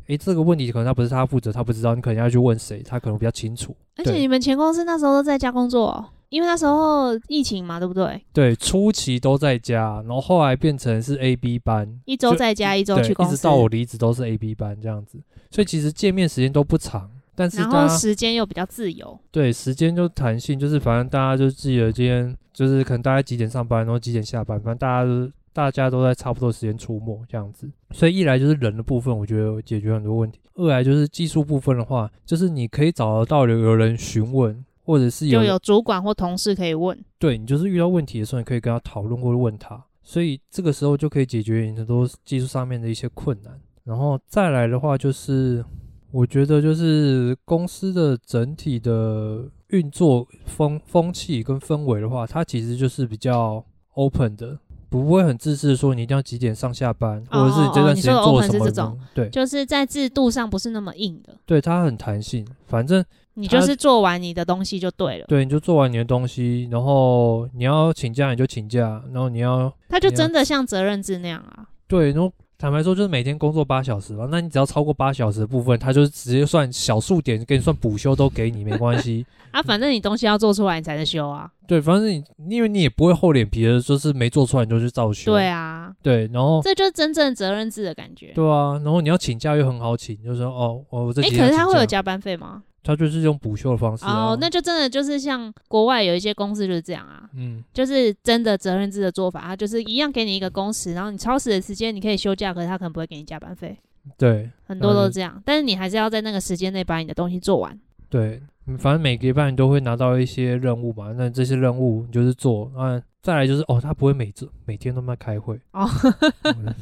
A: 诶哎、这个问题可能他不是他负责，他不知道，你可能要去问谁，他可能比较清楚。
C: 而且
A: 对
C: 你们前公司那时候都在家工作哦、因为那时候疫情嘛，对不对？
A: 对，初期都在家，然后后来变成是 A B 班，
C: 一周
A: 就
C: 在家，一周
A: 对，
C: 去公
A: 一
C: 司，
A: 直到我离职都是 A B 班这样子，所以其实见面时间都不长，但是
C: 然
A: 大
C: 后
A: 家
C: 时间又比较自由。
A: 对时间就弹性，就是反正大家就记得今天就是可能大家几点上班，然后几点下班，反正大家都大家都在差不多时间出没这样子，所以一来就是人的部分，我觉得解决很多问题；二来就是技术部分的话，就是你可以找得到有有人询问，或者是
C: 就有主管或同事可以问。
A: 对你就是遇到问题的时候，你可以跟他讨论或者问他，所以这个时候就可以解决你很多技术上面的一些困难。然后再来的话，就是我觉得就是公司的整体的运作风风气跟氛围的话，它其实就是比较 open 的，不会很自私的说你一定要几点上下班，
C: 哦
A: 或者是你这段时间
C: 哦哦
A: 做
C: 你说的 open
A: 什么。
C: 是这种
A: 对
C: 就是在制度上不是那么硬的，
A: 对，它很弹性，反正
C: 你
A: 他
C: 就是做完你的东西就对了。
A: 对你就做完你的东西，然后你要请假你就请假，然后你要
C: 他就
A: 你要
C: 真的像责任制那样啊，
A: 对，然后坦白说，就是每天工作八小时吧。那你只要超过八小时的部分，他就是直接算小数点，给你算补休都给你，没关系。
C: 啊，反正你东西要做出来你才能休啊。
A: 对，反正你因为你也不会厚脸皮的，就是没做出来你就去照休。
C: 对啊，
A: 对，然后
C: 这就是真正责任制的感觉。
A: 哦对啊，然后你要请假又很好请，就是说哦，我我这几
C: 哎、
A: 天
C: 可是
A: 要
C: 他
A: 请
C: 会有
A: 假，
C: 加班费吗？
A: 他就是用补休的方式啊。
C: 哦，那就真的就是像国外有一些公司就是这样啊，
A: 嗯，
C: 就是真的责任制的做法，他就是一样给你一个工时，然后你超时的时间你可以休假，可是他可能不会给你加班费，
A: 对
C: 很多都
A: 嗯
C: 这样，但是你还是要在那个时间内把你的东西做完。
A: 对，嗯反正每个礼拜你都会拿到一些任务嘛，那这些任务你就是做，嗯，再来就是哦，他不会每周每天都在开会
C: 哦
A: 嗯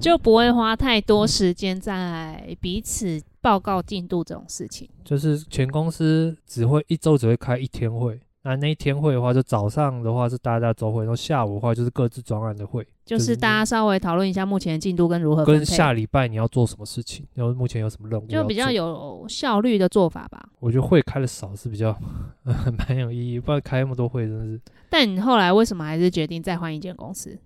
C: 就不会花太多时间在彼此报告进度这种事情。
A: 就是全公司只会一周只会开一天会，那那一天会的话，就早上的话是大家周会，然后下午的话就是各自专案的会，
C: 就是大家稍微讨论一下目前的进度跟如呃何分
A: 跟
C: 配，
A: 下礼拜你要做什么事情，然后目前有什么任务，
C: 就比较。有效率的做法吧。
A: 我觉得会开的少是比较 蛮有意义，不然开那么多会真的是
C: 但你后来为什么还是决定再换一间公司？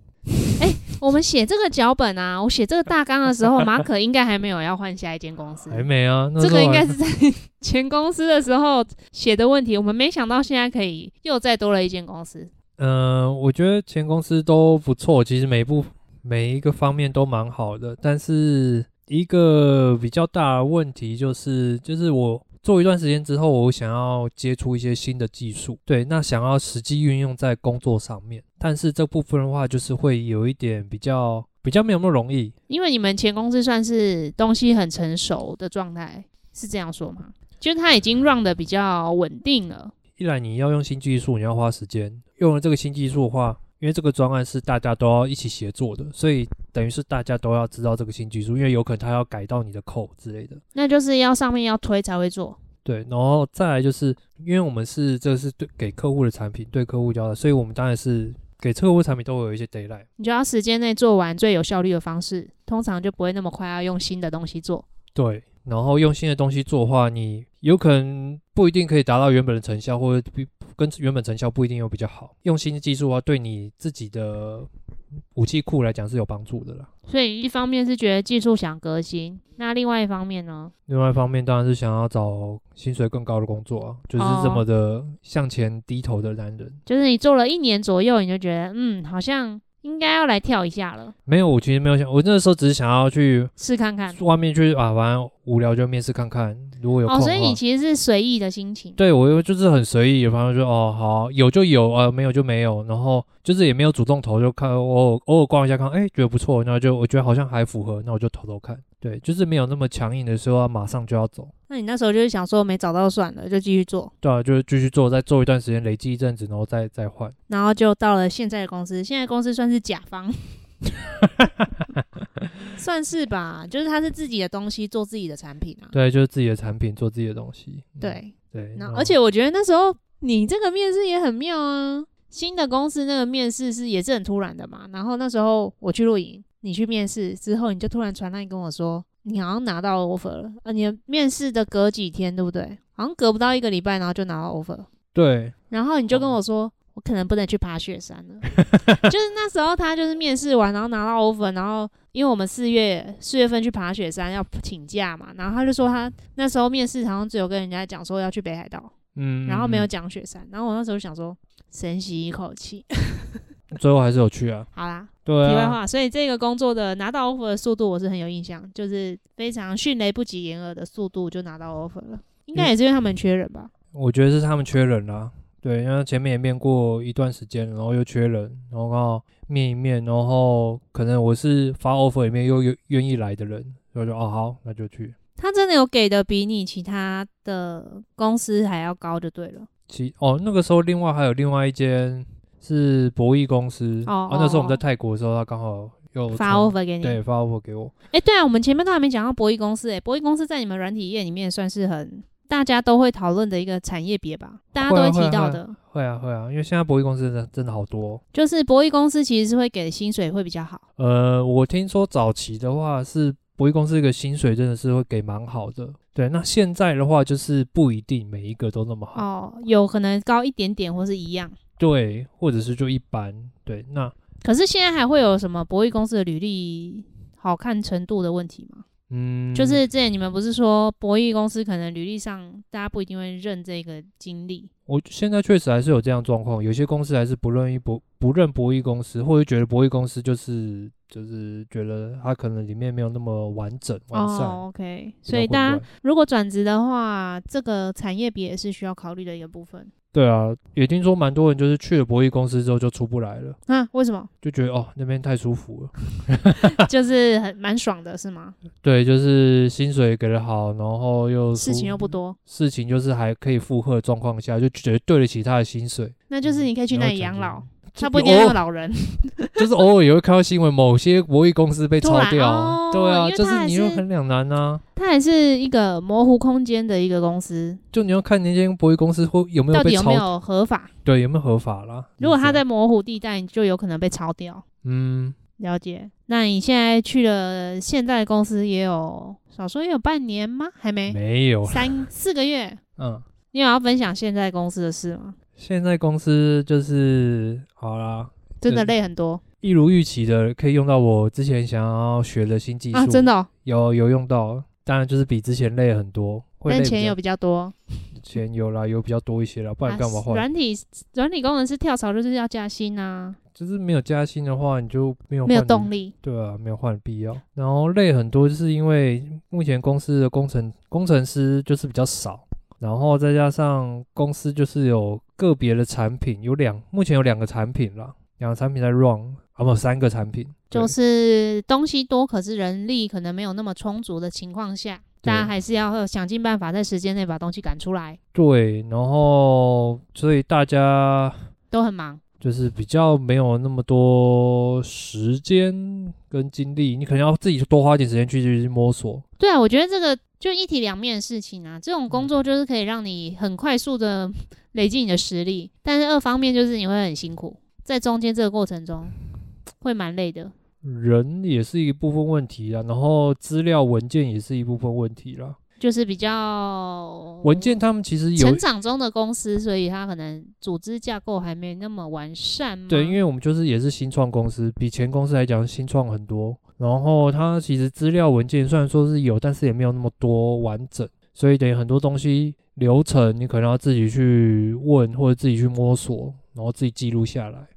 C: 哎、我们写这个脚本啊，我写这个大纲的时候，马可应该还没有要换下一间公司。
A: 还没啊，那
C: 这
A: 时候
C: 个应该
A: 还
C: 是在 前公司的时候写的问题，我们没想到现在可以又再多了一间公司。
A: 嗯，我觉得前公司都不错，其实每一部每一个方面都蛮好的，但是一个比较大的问题就是，就是我做一段时间之后，我想要接触一些新的技术，对，那想要实际运用在工作上面，但是这部分的话，就是会有一点比较比较没有那么容易，
C: 因为你们前公司算是东西很成熟的状态，是这样说吗？就是它已经 run 的比较稳定了。
A: 一来你要用新技术，你要花时间；用了这个新技术的话，因为这个专案是大家都要一起协作的，所以等于是大家都要知道这个新技术，因为有可能它要改到你的扣之类的。
C: 那就是要上面要推才会做，
A: 对，然后再来就是，因为我们是这是对给客户的产品，对客户交代，所以我们当然是给客户产品都会有一些 d a y l i g h t
C: 你就要时间内做完最有效率的方式，通常就不会那么快要用新的东西做。
A: 对，然后用新的东西做的话，你有可能不一定可以达到原本的成效，或者比跟原本成效不一定有比较好。用新的技术啊，对你自己的武器库来讲是有帮助的啦。
C: 所以一方面是觉得技术想革新，那另外一方面呢，
A: 另外一方面，当然是想要找薪水更高的工作啊，就是
C: 哦
A: 这么的向前低头的男人。
C: 就是你做了一年左右，你就觉得嗯，好像应该要来跳一下了，
A: 没有，我其实没有想，我那时候只是想要去
C: 试看看。
A: 外面去啊，反正无聊就面试看看，如果有空
C: 哦，
A: 的
C: 所
A: 话。
C: 以你其实是随意的心情，
A: 对我又就是很随意，反正就哦好，有就有，呃没有就没有，然后就是也没有主动投，就看偶尔偶尔逛一下看，哎觉得不错，那就我觉得好像还符合，那我就投投看。对，就是没有那么强硬的说啊马上就要走，
C: 那你那时候就是想说没找到算了，就继续做，
A: 对啊，就是继续做，再做一段时间，累积一阵子，然后再再换。
C: 然后就到了现在的公司，现在公司算是甲 方。算是吧，就是他是自己的东西，做自己的产品啊。
A: 对，就是自己的产品，做自己的东西。嗯
C: 对，
A: 对，
C: 那
A: 然后
C: 而且我觉得那时候你这个面试也很妙啊，新的公司那个面试是也是很突然的嘛。然后那时候我去录影，你去面试之后，你就突然传来跟我说，你好像拿到 offer 了，呃，你的面试的隔几天对不对？好像隔不到一个礼拜，然后就拿到 offer，
A: 对
C: 然后你就
A: 哦
C: 跟我说。我可能不能去爬雪山了， 就是那时候他就是面试完，然后拿到 offer，然后因为我们四月四月份去爬雪山要请假嘛，然后他就说他那时候面试好像只有跟人家讲说要去北海道，
A: 嗯，
C: 然后没有
A: 嗯，
C: 讲雪山，然后我那时候想说深吸一口气，
A: 最后还是有去啊。
C: 好啦，
A: 对
C: 题外
A: 啊，
C: 话，所以这个工作的拿到 offer 的速度我是很有印象，就是非常迅雷不及掩耳的速度就拿到 offer 了，应该也是因为他们缺人吧？
A: 我觉得是他们缺人啦、对，因为前面也面过一段时间，然后又缺人，然后刚好面一面，然后可能我是发 offer 里面又有愿意来的人，所以我就哦好，那就去。
C: 他真的有给的比你其他的公司还要高就对了，
A: 其哦那个时候另外还有另外一间是博弈公司，
C: 哦
A: 啊那时候我们
C: 哦
A: 在泰国的时候，他刚好又
C: 发
A: 从
C: offer 给你。
A: 对发 offer 给我，
C: 哎、对啊，我们前面都还没讲到博弈公司、诶，欸博弈公司在你们软体业里面算是很大家都会讨论的一个产业别吧，大家都
A: 会啊
C: 会
A: 会啊
C: 提到
A: 会啊
C: 的。
A: 会啊会啊，因为现在博弈公司真的真的好多哦、
C: 就是博弈公司其实是会给的薪水会比较好。
A: 呃，我听说早期的话是博弈公司这个薪水真的是会给蛮好的，对。那现在的话就是不一定每一个都那么好，
C: 哦，有可能高一点点或是一样。
A: 对，或者是就一般，对。那
C: 可是现在还会有什么博弈公司的履历好看程度的问题吗？
A: 嗯，
C: 就是之前你们不是说博弈公司可能履历上大家不一定会认这个经历，
A: 我现在确实还是有这样的状况，有些公司还是不认一博不认博弈公司，或者觉得博弈公司就是就是觉得它可能里面没有那么完整完善。
C: 哦，OK，
A: 比较
C: 所以
A: 混
C: 大家
A: 乱
C: 如果转职的话，这个产业别也是需要考虑的一个部分。
A: 对啊，也听说蛮多人就是去了博弈公司之后就出不来了，
C: 啊，为 什么？
A: 就觉得哦那边太舒服了。
C: 就是很蛮爽的是吗？
A: 对，就是薪水给的好，然后又
C: 事情又不
A: 舒，
C: 多，
A: 事情就是还可以负荷的状况下，就觉得对得起他的薪水。
C: 那就是你可以去
A: 然
C: 那
A: 后
C: 里
A: 嗯讲哦
C: 养
A: 这
C: 老
A: 个，，
C: 他不一
A: 就
C: 定要
A: 偶
C: 用
A: 尔
C: 老人。
A: 就是偶尔也会看到新闻，某些博弈公司被
C: 对
A: 抄
C: 啊
A: 掉，
C: 哦
A: 对
C: 因
A: 啊，
C: 为
A: 就
C: 他还
A: 你又
C: 是
A: 很两难啊。
C: 它还是一个模糊空间的一个公司，
A: 就你要看那间博弈公司会有没
C: 到
A: 有被
C: 底有
A: 抄，
C: 没有合法？
A: 对，有没有合法啦？
C: 如果
A: 就是
C: 它
A: 这
C: 在
A: 样，
C: 模糊地带，你就有可能被抄掉。
A: 嗯，
C: 了解。那你现在去了现在的公司也有少说也有半年吗？还没，
A: 没有啦，
C: 三四个月。
A: 嗯，
C: 你有要分享现 在公司的事吗？
A: 现在公司就是好啦，
C: 真的
A: 对
C: 累很多，
A: 一一如预期的可以用到我之前想要学的新技术、
C: 啊，真的、哦，
A: 有有用到，当然就是比之前累很多，会累
C: 但
A: 比
C: 钱
A: 较
C: 有比较多。
A: 钱有啦，有比较多一些啦，不然干嘛
C: 啊
A: 换？
C: 软体软体工程师跳槽就是要加薪啊，
A: 就是没有加薪的话，你就没有
C: 没有
A: 换的
C: 动力。
A: 对啊，没有换的必要。然后累很多，就是因为目前公司的工程工程师就是比较少，然后再加上公司就是有个别的产品，有两目前有两个产品啦，两个产品在 run，啊不，三个产品，对
C: 就是东西多，可是人力可能没有那么充足的情况下，
A: 对
C: 大家还是要想尽办法在时间内把东西赶出来，
A: 对，然后所以大家
C: 都很忙。
A: 就是比较没有那么多时间跟精力，你可能要自己多花一点时间去去摸索。
C: 对啊，我觉得这个就一体两面的事情啊。这种
A: 嗯
C: 工作就是可以让你很快速的 累积你的实力，但是二方面就是你会很辛苦，在中间这个过程中会蛮累的。
A: 人也是一部分问题啦，然后资料文件也是一部分问题啦。
C: 就是比较
A: 文件他们其实有
C: 成长中的公司，所以它可能组织架构还没那么完善嘛。
A: 对，因为我们就是也是新创公司，比前公司来讲新创很多。然后它其实资料文件虽然说是有，但是也没有那么多完整，所以等于很多东西流程你可能要自己去问或者自己去摸索，然后自己记录下来。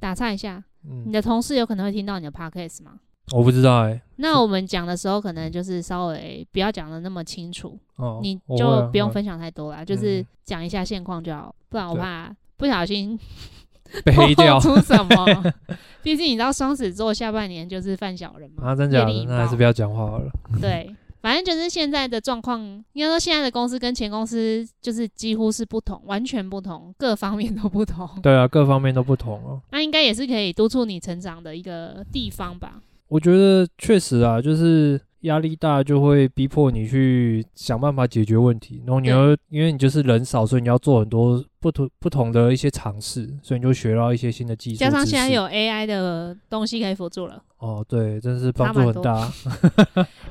C: 打岔一下，
A: 嗯，
C: 你的同事有可能会听到你的 podcast 吗？
A: 我不知道哎、
C: 那我们讲的时候，可能就是稍微不要讲的那么清楚，
A: 哦，
C: 你
A: 我会
C: 就
A: 啊
C: 不用
A: 嗯
C: 分享太多啦，就是
A: 嗯
C: 讲一下现况就好，不然我
A: 对
C: 怕不小心
A: 被 黑掉
C: 透出什 么。毕竟你知道双子座下半年就是犯小人嘛，
A: 啊！真假
C: 业力
A: 的，
C: 引
A: 那还
C: 爆
A: 是不要讲话好了。
C: 对，反正就是现在的状况，应该说现在的公司跟前公司就是几乎是不同，完全不同，各方面都不同。
A: 对啊，各方面都不同哦。
C: 那应该也是可以督促你成长的一个地方吧？
A: 我觉得确实啊，就是压力大就会逼迫你去想办法解决问题，然后你
C: 对
A: 要因为你就是人少，所以你要做很多不同不同的一些尝试，所以你就学到一些新的技术。
C: 加上现在有 AI 的东西可以辅助了，
A: 哦，对，真是帮
C: 差蛮
A: 助很
C: 多
A: 大。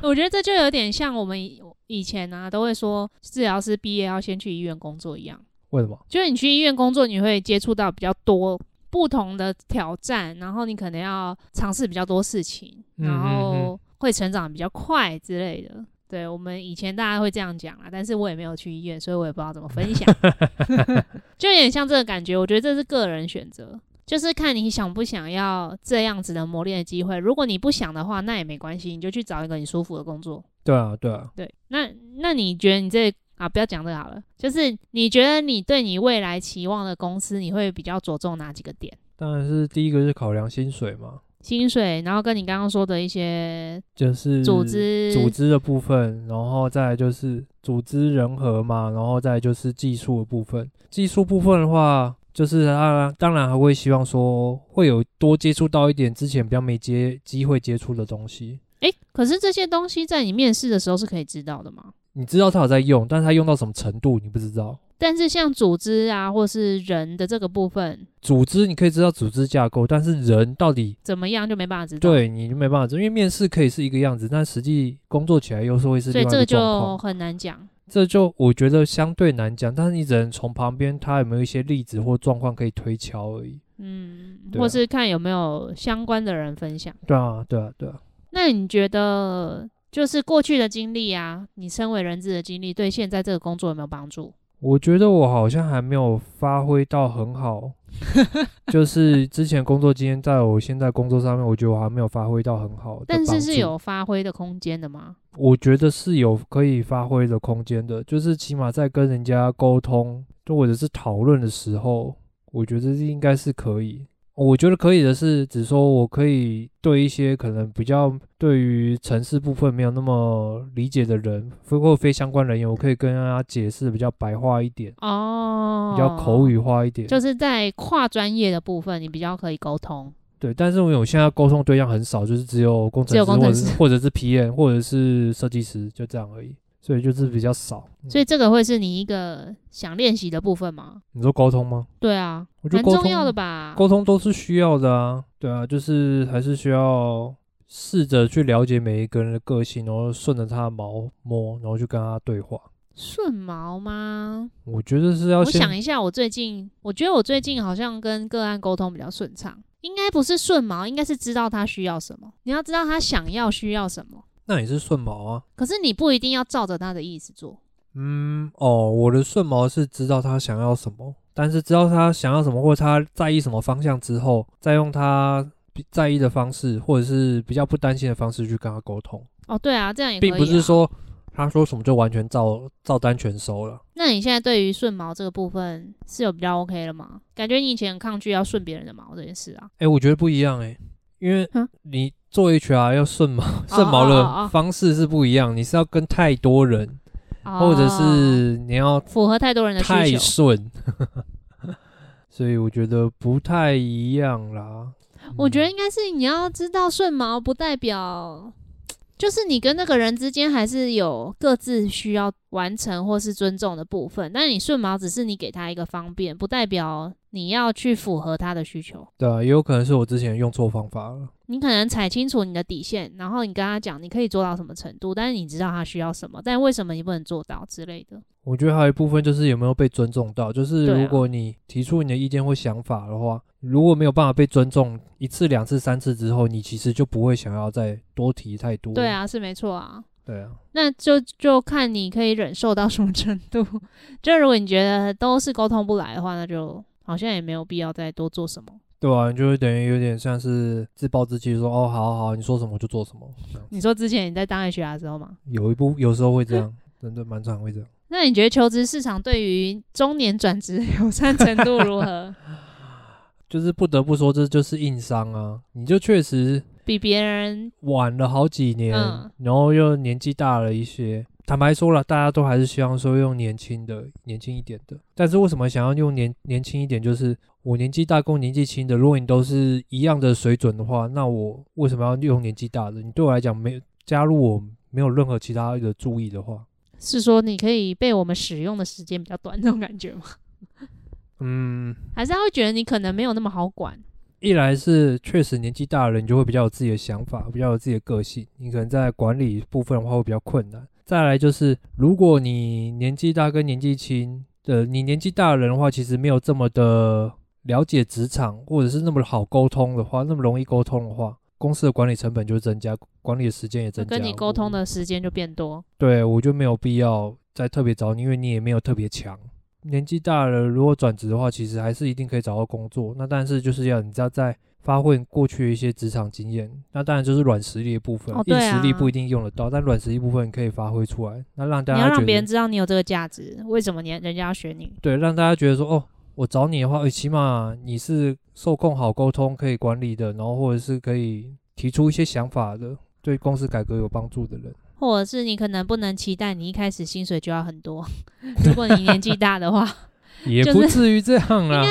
C: 我觉得这就有点像我们以以前啊都会说，治疗师毕业要先去医院工作一样。
A: 为什么？
C: 就是你去医院工作，你会接触到比较多不同的挑战，然后你可能要尝试比较多事情，
A: 嗯
C: 然后会成长比较快之类的。对我们以前大家会这样讲啦，啊但是我也没有去医院，所以我也不知道怎么分享， 就有点像这个感觉。我觉得这是个人选择，就是看你想不想要这样子的磨练的机会。如果你不想的话，那也没关系，你就去找一个你舒服的工作。
A: 对啊，对啊，
C: 对，那那你觉得你这啊，不要讲这个好了，就是你觉得你对你未来期望的公司，你会比较着重哪几个点？
A: 当然是第一个是考量薪水嘛，
C: 薪水，然后跟你刚刚说的一些
A: 就是
C: 组织、
A: 嗯组织的部分，然后再来就是组织人和嘛，然后再来就是技术的部分。技术部分的话，就是他当然还会希望说会有多接触到一点之前比较没接机会接触的东西。
C: 诶，可是这些东西在你面试的时候是可以知道的吗？
A: 你知道他有在用，但是他用到什么程度你不知道。
C: 但是像组织啊，或是人的这个部分
A: 组织你可以知道组织架构，但是人到底
C: 怎么样，就没办法知道。，
A: 对你就没办法知道，因为面试可以是一个样子，但实际工作起来又是会是
C: 所以
A: 另外
C: 这
A: 一
C: 个
A: 个状
C: 就
A: 况。
C: 很难讲。
A: 这就我觉得相对难讲，但是你只能从旁边他有没有一些例子或状况可以推敲而已。
C: 嗯，
A: 对啊
C: 或是看有没有相关的人分享。
A: 对啊，对啊，对啊，
C: 那你觉得，就是过去的经历啊，你身为人质的经历，对现在这个工作有没有帮助？
A: 我觉得我好像还没有发挥到很 好，就是之前工作经验在我现在工作上面，我觉得我还没有发挥到很好的
C: 但是
A: 帮
C: 是
A: 助
C: 有发挥的空间的吗？
A: 我觉得是有可以发挥的空间的，就是起码在跟人家沟通，就或者是讨论的时候，我觉得应该是可以。我觉得可以的是，只说我可以对一些可能比较对于城市部分没有那么理解的人，非或非相关人员，我可以跟他解释得比较白话一点，
C: 哦，
A: 比较口，语化一点。
C: 就是在跨专业的部分，你比较可以沟通。
A: 对，但是我现在沟通对象很少，就是只有工
C: 只
A: 程师
C: 有工
A: 或者
C: 程
A: 是或者是 PM 或者是设计师，就这样而已。所以就是比较少。嗯
C: 所以这个会是你一个想练习的部分吗？
A: 你说沟通吗？
C: 对啊，
A: 我觉得
C: 蛮
A: 沟
C: 重
A: 通
C: 要的吧。
A: 沟通都是需要的啊，对啊，就是还是需要试着去了解每一个人的个性，然后顺着他的毛摸，然后去跟他对话。
C: 顺毛吗？
A: 我觉得是要
C: 我
A: 先
C: 想一下，我最近，我觉得我最近好像跟个案沟通比较顺畅。应该不是顺毛，应该是知道他需要什么。你要知道他想要需要什么，
A: 那也是顺毛啊。
C: 可是你不一定要照着他的意思做。
A: 嗯，哦，我的顺毛是知道他想要什么，但是知道他想要什么或者他在意什么方向之后，再用他比在意的方式或者是比较不担心的方式去跟他沟通，
C: 哦，对啊，这样也可以、
A: 并
C: 啊。
A: 不是，说他说什么就完全照照单全收了。
C: 那你现在对于顺毛这个部分是有比较 OK 了吗？感觉你以前很抗拒要顺别人的毛这件事啊。
A: 哎、我觉得不一样哎、因为
C: 嗯
A: 你做 HR 要顺毛，顺毛
C: 哦哦哦
A: 的方式是不一样，你是要跟太多人，或者
C: 哦
A: 是你要
C: 符合太多人的需
A: 太
C: 求。
A: 顺， 所以我觉得不太一样啦。
C: 我
A: 嗯
C: 觉得应该是你要知道顺毛不代表，就是你跟那个人之间还是有各自需要完成或是尊重的部分。但你顺毛只是你给他一个方便，不代表你要去符合他的需求。
A: 对啊，也有可能是我之前用错方法了。
C: 你可能踩清楚你的底线，然后你跟他讲你可以做到什么程度，但是你知道他需要什么，但为什么你不能做到之类的。
A: 我觉得还有一部分就是有没有被尊重到，就是
C: 对啊
A: 如果你提出你的意见或想法的话，如果没有办法被尊重一次、两次、三次之后，你其实就不会想要再多提太多。
C: 对，啊，是没错啊。
A: 对啊，
C: 那就就看你可以忍受到什么程度。就如果你觉得都是沟通不来的话，那就好像也没有必要再多做什么。
A: 对啊，你就会等于有点像是自暴自弃说哦，好好，好你说什么我就做什么。这样
C: 你说之前你在当 HR 的时候吗？
A: 有一部有时候会这样，真的蛮常会这样。
C: 那你觉得求职市场对于中年转职 友善程度如何？
A: 就是不得不说，这就是硬伤啊！你就确实
C: 比别人
A: 晚了好几年，
C: 嗯
A: 然后又年纪大了一些。坦白说了，大家都还是希望说用年轻的、年轻一点的。但是为什么想要用年年轻一点？就是我年纪大跟我年纪轻的，如果你都是一样的水准的话，那我为什么要用年纪大的？你对我来讲没有加入我没有任何其他的注意的话，
C: 是说你可以被我们使用的时间比较短那种感觉吗？
A: 嗯，
C: 还是他会觉得你可能没有那么好管？
A: 一来是确实年纪大了，你就会比较有自己的想法，比较有自己的个性，你可能在管理部分的话会比较困难。再来就是，如果你年纪大跟年纪轻的，你年纪大的人的话，其实没有这么的了解职场，或者是那么好沟通的话，那么容易沟通的话，公司的管理成本就会增加，管理的时间也
C: 那
A: 增加。
C: 跟你沟通
A: 我，
C: 的时间就变多。
A: 对我就没有必要再特别找你，因为你也没有特别强。年纪大了，如果转职的话，其实还是一定可以找到工作。那但是就是要你知道在发挥你过去的一些职场经验。那当然就是软实力的部分，
C: 哦对
A: 硬
C: 啊
A: 实力不一定用得到，但软实力部分可以发挥出来。那让大
C: 你
A: 家
C: 要
A: 觉
C: 让
A: 得
C: 别人知道你有这个价值，为什么你人家要选你？
A: 对，让大家觉得说哦，我找你的话，诶起码你是受控、好沟通、可以管理的，然后或者是可以提出一些想法的，对公司改革有帮助的人。
C: 或者是你可能不能期待你一开始薪水就要很多， 如果你年纪大的话，
A: 也
C: 就是
A: 不至于这样啦。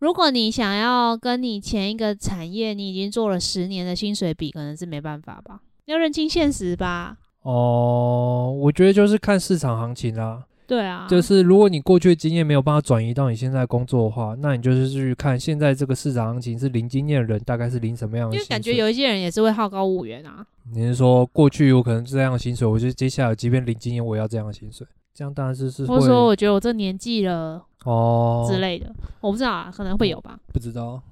C: 如果你想要跟你前一个产业你已经做了十年的薪水比，可能是没办法吧，要认清现实吧。
A: 哦，我觉得就是看市场行情啦。
C: 对啊，
A: 就是如果你过去的经验没有办法转移到你现在工作的话，那你就是去看现在这个市场行情是零经验的人大概是零什么样的
C: 因
A: 薪
C: 为
A: 水。
C: 感觉有一些人也是会好高骛远啊。
A: 你是说过去我可能是这样的薪水，我就接下来即便零经验我也要这样的薪水，这样当然是是
C: 或者说，
A: 会
C: 我觉得我这年纪了
A: 哦
C: 之类的，我不知道啊，可能会有吧。
A: 不知道。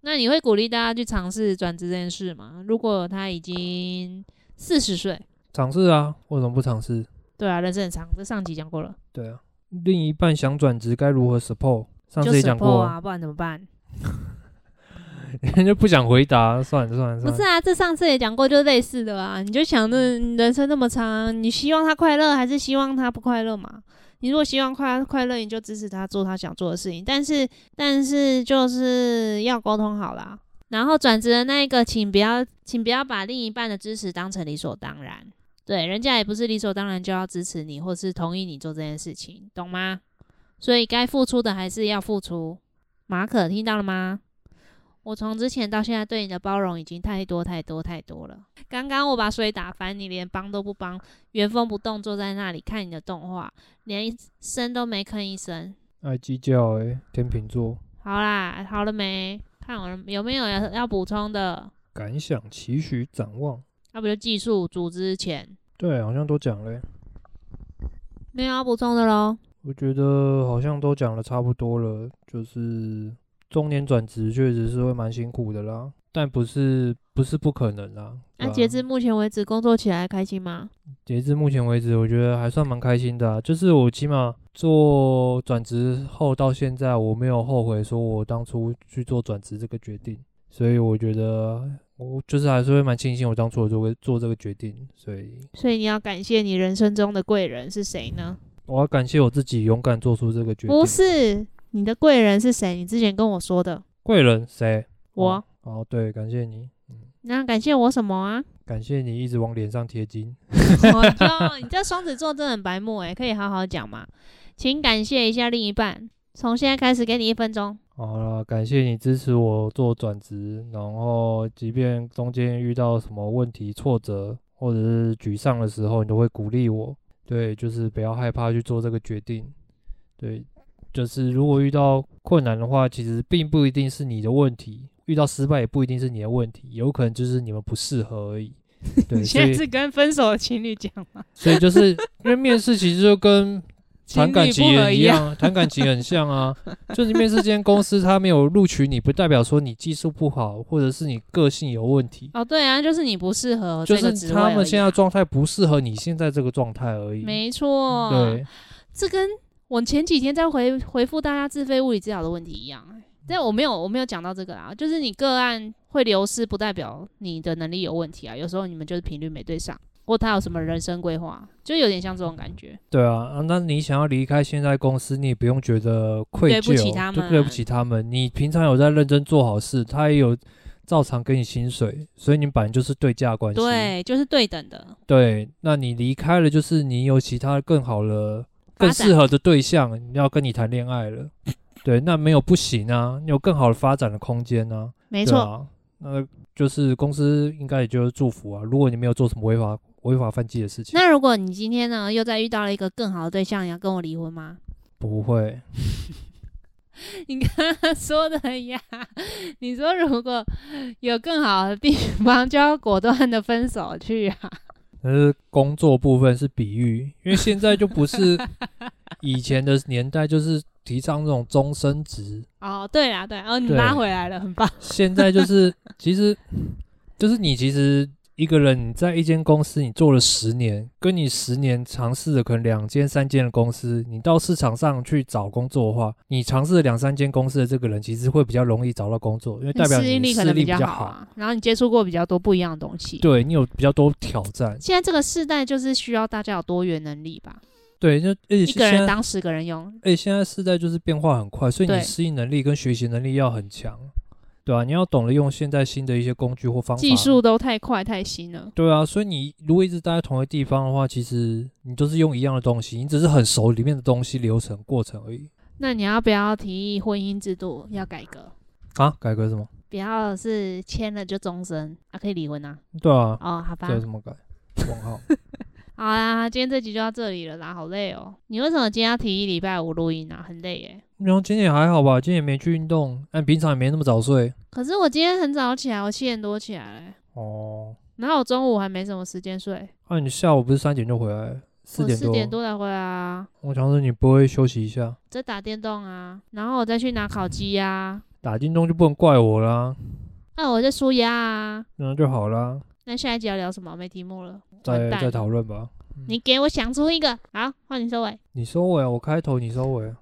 C: 那你会鼓励大家去尝试转职这件事吗？如果他已经四十岁，
A: 尝试啊，为什么不尝试？
C: 对啊，人生很长，这上集讲过了，
A: 对啊，另一半想转职该如何 support？上
C: 就
A: 次也讲
C: support
A: 过，
C: 啊，不然怎么办？
A: 人家不想回答，算了算了
C: 不
A: 算
C: 是
A: 了。
C: 啊，这上次也讲过，就类似的啊。你就想着你人生那么长，你希望他快乐还是希望他不快乐嘛？你如果希望快快乐，你就支持他做他想做的事情。但是，但是就是要沟通好啦。然后转职的那一个，请不要，请不要把另一半的支持当成理所当然。对，人家也不是理所当然就要支持你，或是同意你做这件事情，懂吗？所以该付出的还是要付出。马可听到了吗？我从之前到现在对你的包容已经太多太多太多了。刚刚我把水打翻，你连帮都不帮，原封不动坐在那里看你的动画，连一声都没吭一声。
A: 爱计较诶、哎天秤座
C: 好啦，好了没？看我有没有要要补充的？
A: 感想、期许、展望，
C: 要不就技术组织前
A: 对，好像都讲了、欸
C: 没有要补充的喽。
A: 我觉得好像都讲的差不多了，就是中年转职确实是会蛮辛苦的啦，但不是不是不可能啦。
C: 那
A: 对啊
C: 截至目前为止，工作起来开心吗？
A: 截至目前为止，我觉得还算蛮开心的啊、就是我起码做转职后到现在，我没有后悔说我当初去做转职这个决定，所以我觉得我就是还是会蛮庆幸我当初有做过做这个决定，所以
C: 所以你要感谢你人生中的贵人是谁呢？
A: 我要感谢我自己勇敢做出这个决定。
C: 不是，你的贵人是谁？你之前跟我说的，
A: 贵人谁？
C: 我。
A: 哦哦，对，感谢你，
C: 那感谢我什么啊？
A: 感谢你一直往脸上贴金。
C: 我就你这双子座真的很白目欸诶，可以好好讲嘛。请感谢一下另一半，从现在开始给你一分钟。
A: 好了，感谢你支持我做转职，然后即便中间遇到什么问题、挫折或者是沮丧的时候，你都会鼓励我。对，就是不要害怕去做这个决定。对，就是如果遇到困难的话，其实并不一定是你的问题，遇到失败也不一定是你的问题，有可能就是你们不适合而已。对，所以
C: 跟分手的情侣讲吗？
A: 所以就是因为面试其实就跟谈感情也一
C: 样，
A: 样，谈感情很像啊。 就是面试这间公司，他没有录取你，不代表说你技术不好，或者是你个性有问题，
C: 哦，对啊，就是你不适合
A: 就
C: 这个
A: 是
C: 职位
A: 他
C: 而
A: 们
C: 已
A: 现在
C: 啊
A: 状态不适合你现在这个状态而已。
C: 没错，，
A: 对，
C: 这跟我前几天在回回复大家自费物理治疗的问题一样、欸，但我没有我没有讲到这个啦，就是你个案会流失，不代表你的能力有问题啊，有时候你们就是频率没对上，或他有什么人生规划，就有点像这种感觉。
A: 对啊啊，那你想要离开现在公司，你也不用觉得愧
C: 对
A: 疚，
C: 不起他
A: 就
C: 们
A: 对不起他们。你平常有在认真做好事，他也有照常给你薪水，所以你们本来就是对价关系。
C: 对，就是对等的，
A: 对，那你离开了，就是你有其他更好的、更
C: 发展
A: 适合的对象，你要跟你谈恋爱了。对，那没有不行啊，你有更好的发展的空间啊。
C: 没
A: 没
C: 错。
A: 啊，那就是公司应该也就是祝福啊。如果你没有做什么违法违法犯纪的事情，
C: 那如果你今天呢又再遇到了一个更好的对象，你要跟我离婚吗？
A: 不会。
C: 你刚刚说的呀，你说如果有更好的地方，就要果断的分手去啊。
A: 但是工作部分是比喻，因为现在就不 是以前的年代，就是提倡这种终身制。
C: 哦，对啦，对啦，哦，你
A: 对
C: 拉回来了，很棒。
A: 现在就是 其实就是你其实一个人你在一间公司你做了十年，跟你十年尝试了可能两间三间的公司，你到市场上去找工作的话，你尝试了两三间公司的这个人，其实会比较容易找到工作，因为代表
C: 适应
A: 你
C: 嗯力可
A: 视
C: 能
A: 力
C: 较
A: 较
C: 好、啊，然后你接触过比较多不一样的东西。，
A: 对你有比较多挑战。
C: 现在这个世代就是需要大家有多元能力吧，
A: 对，就而且
C: 一个人
A: 现在
C: 当十个人用。
A: 而且现在世代就是变化很快，所以你
C: 对
A: 适应能力跟学习能力要很强，对啊，你要懂得用现在新的一些工具或方法，
C: 技术都太快太新了，
A: 对啊，所以你如果一直待在同一个地方的话，其实你都是用一样的东西，你只是很熟里面的东西、流程、过程而已。
C: 那你要不要提议婚姻制度要改革？
A: 啊，改革什么？
C: 不要是签了就终身啊，可以离婚啊。
A: 对啊，
C: 哦，好吧
A: 这，有什么改？问号。
C: 好啦，今天这集就到这里了啦，好累哦。你为什么今天要提议礼拜五录音啊？很累耶。
A: 然后今天也还好吧，今天也没去运动，但平常也没那么早睡。
C: 可是我今天很早起来，我七点多起来嘞，
A: 哦，
C: 然后我中午还没什么时间睡，
A: 那、你下午不是三点就回来？四
C: 我
A: 点
C: 四
A: 多。
C: 点多才回来啊。
A: 我想说你不会休息一下？
C: 在打电动啊，然后我再去拿烤鸡啊，
A: 打电动就不能怪我啦，
C: 那我在舒压啊。
A: 那就好啦，
C: 那下一集要聊什么？没题目了，
A: 再
C: 完蛋
A: 再讨论吧。
C: 你给我想出一个，好，换你收尾。
A: 你收尾啊，我开头，你收尾啊。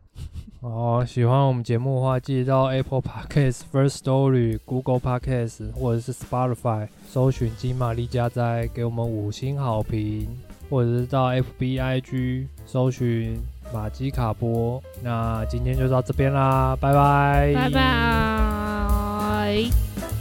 A: 哦，喜欢我们节目的话，记得到 Apple Podcast、First Story、Google Podcast 或者是 Spotify 搜寻“金玛丽家哉”，给我们五星好评，或者是到 FBIG 搜寻马基卡波。那今天就到这边啦，拜拜，
C: 拜拜。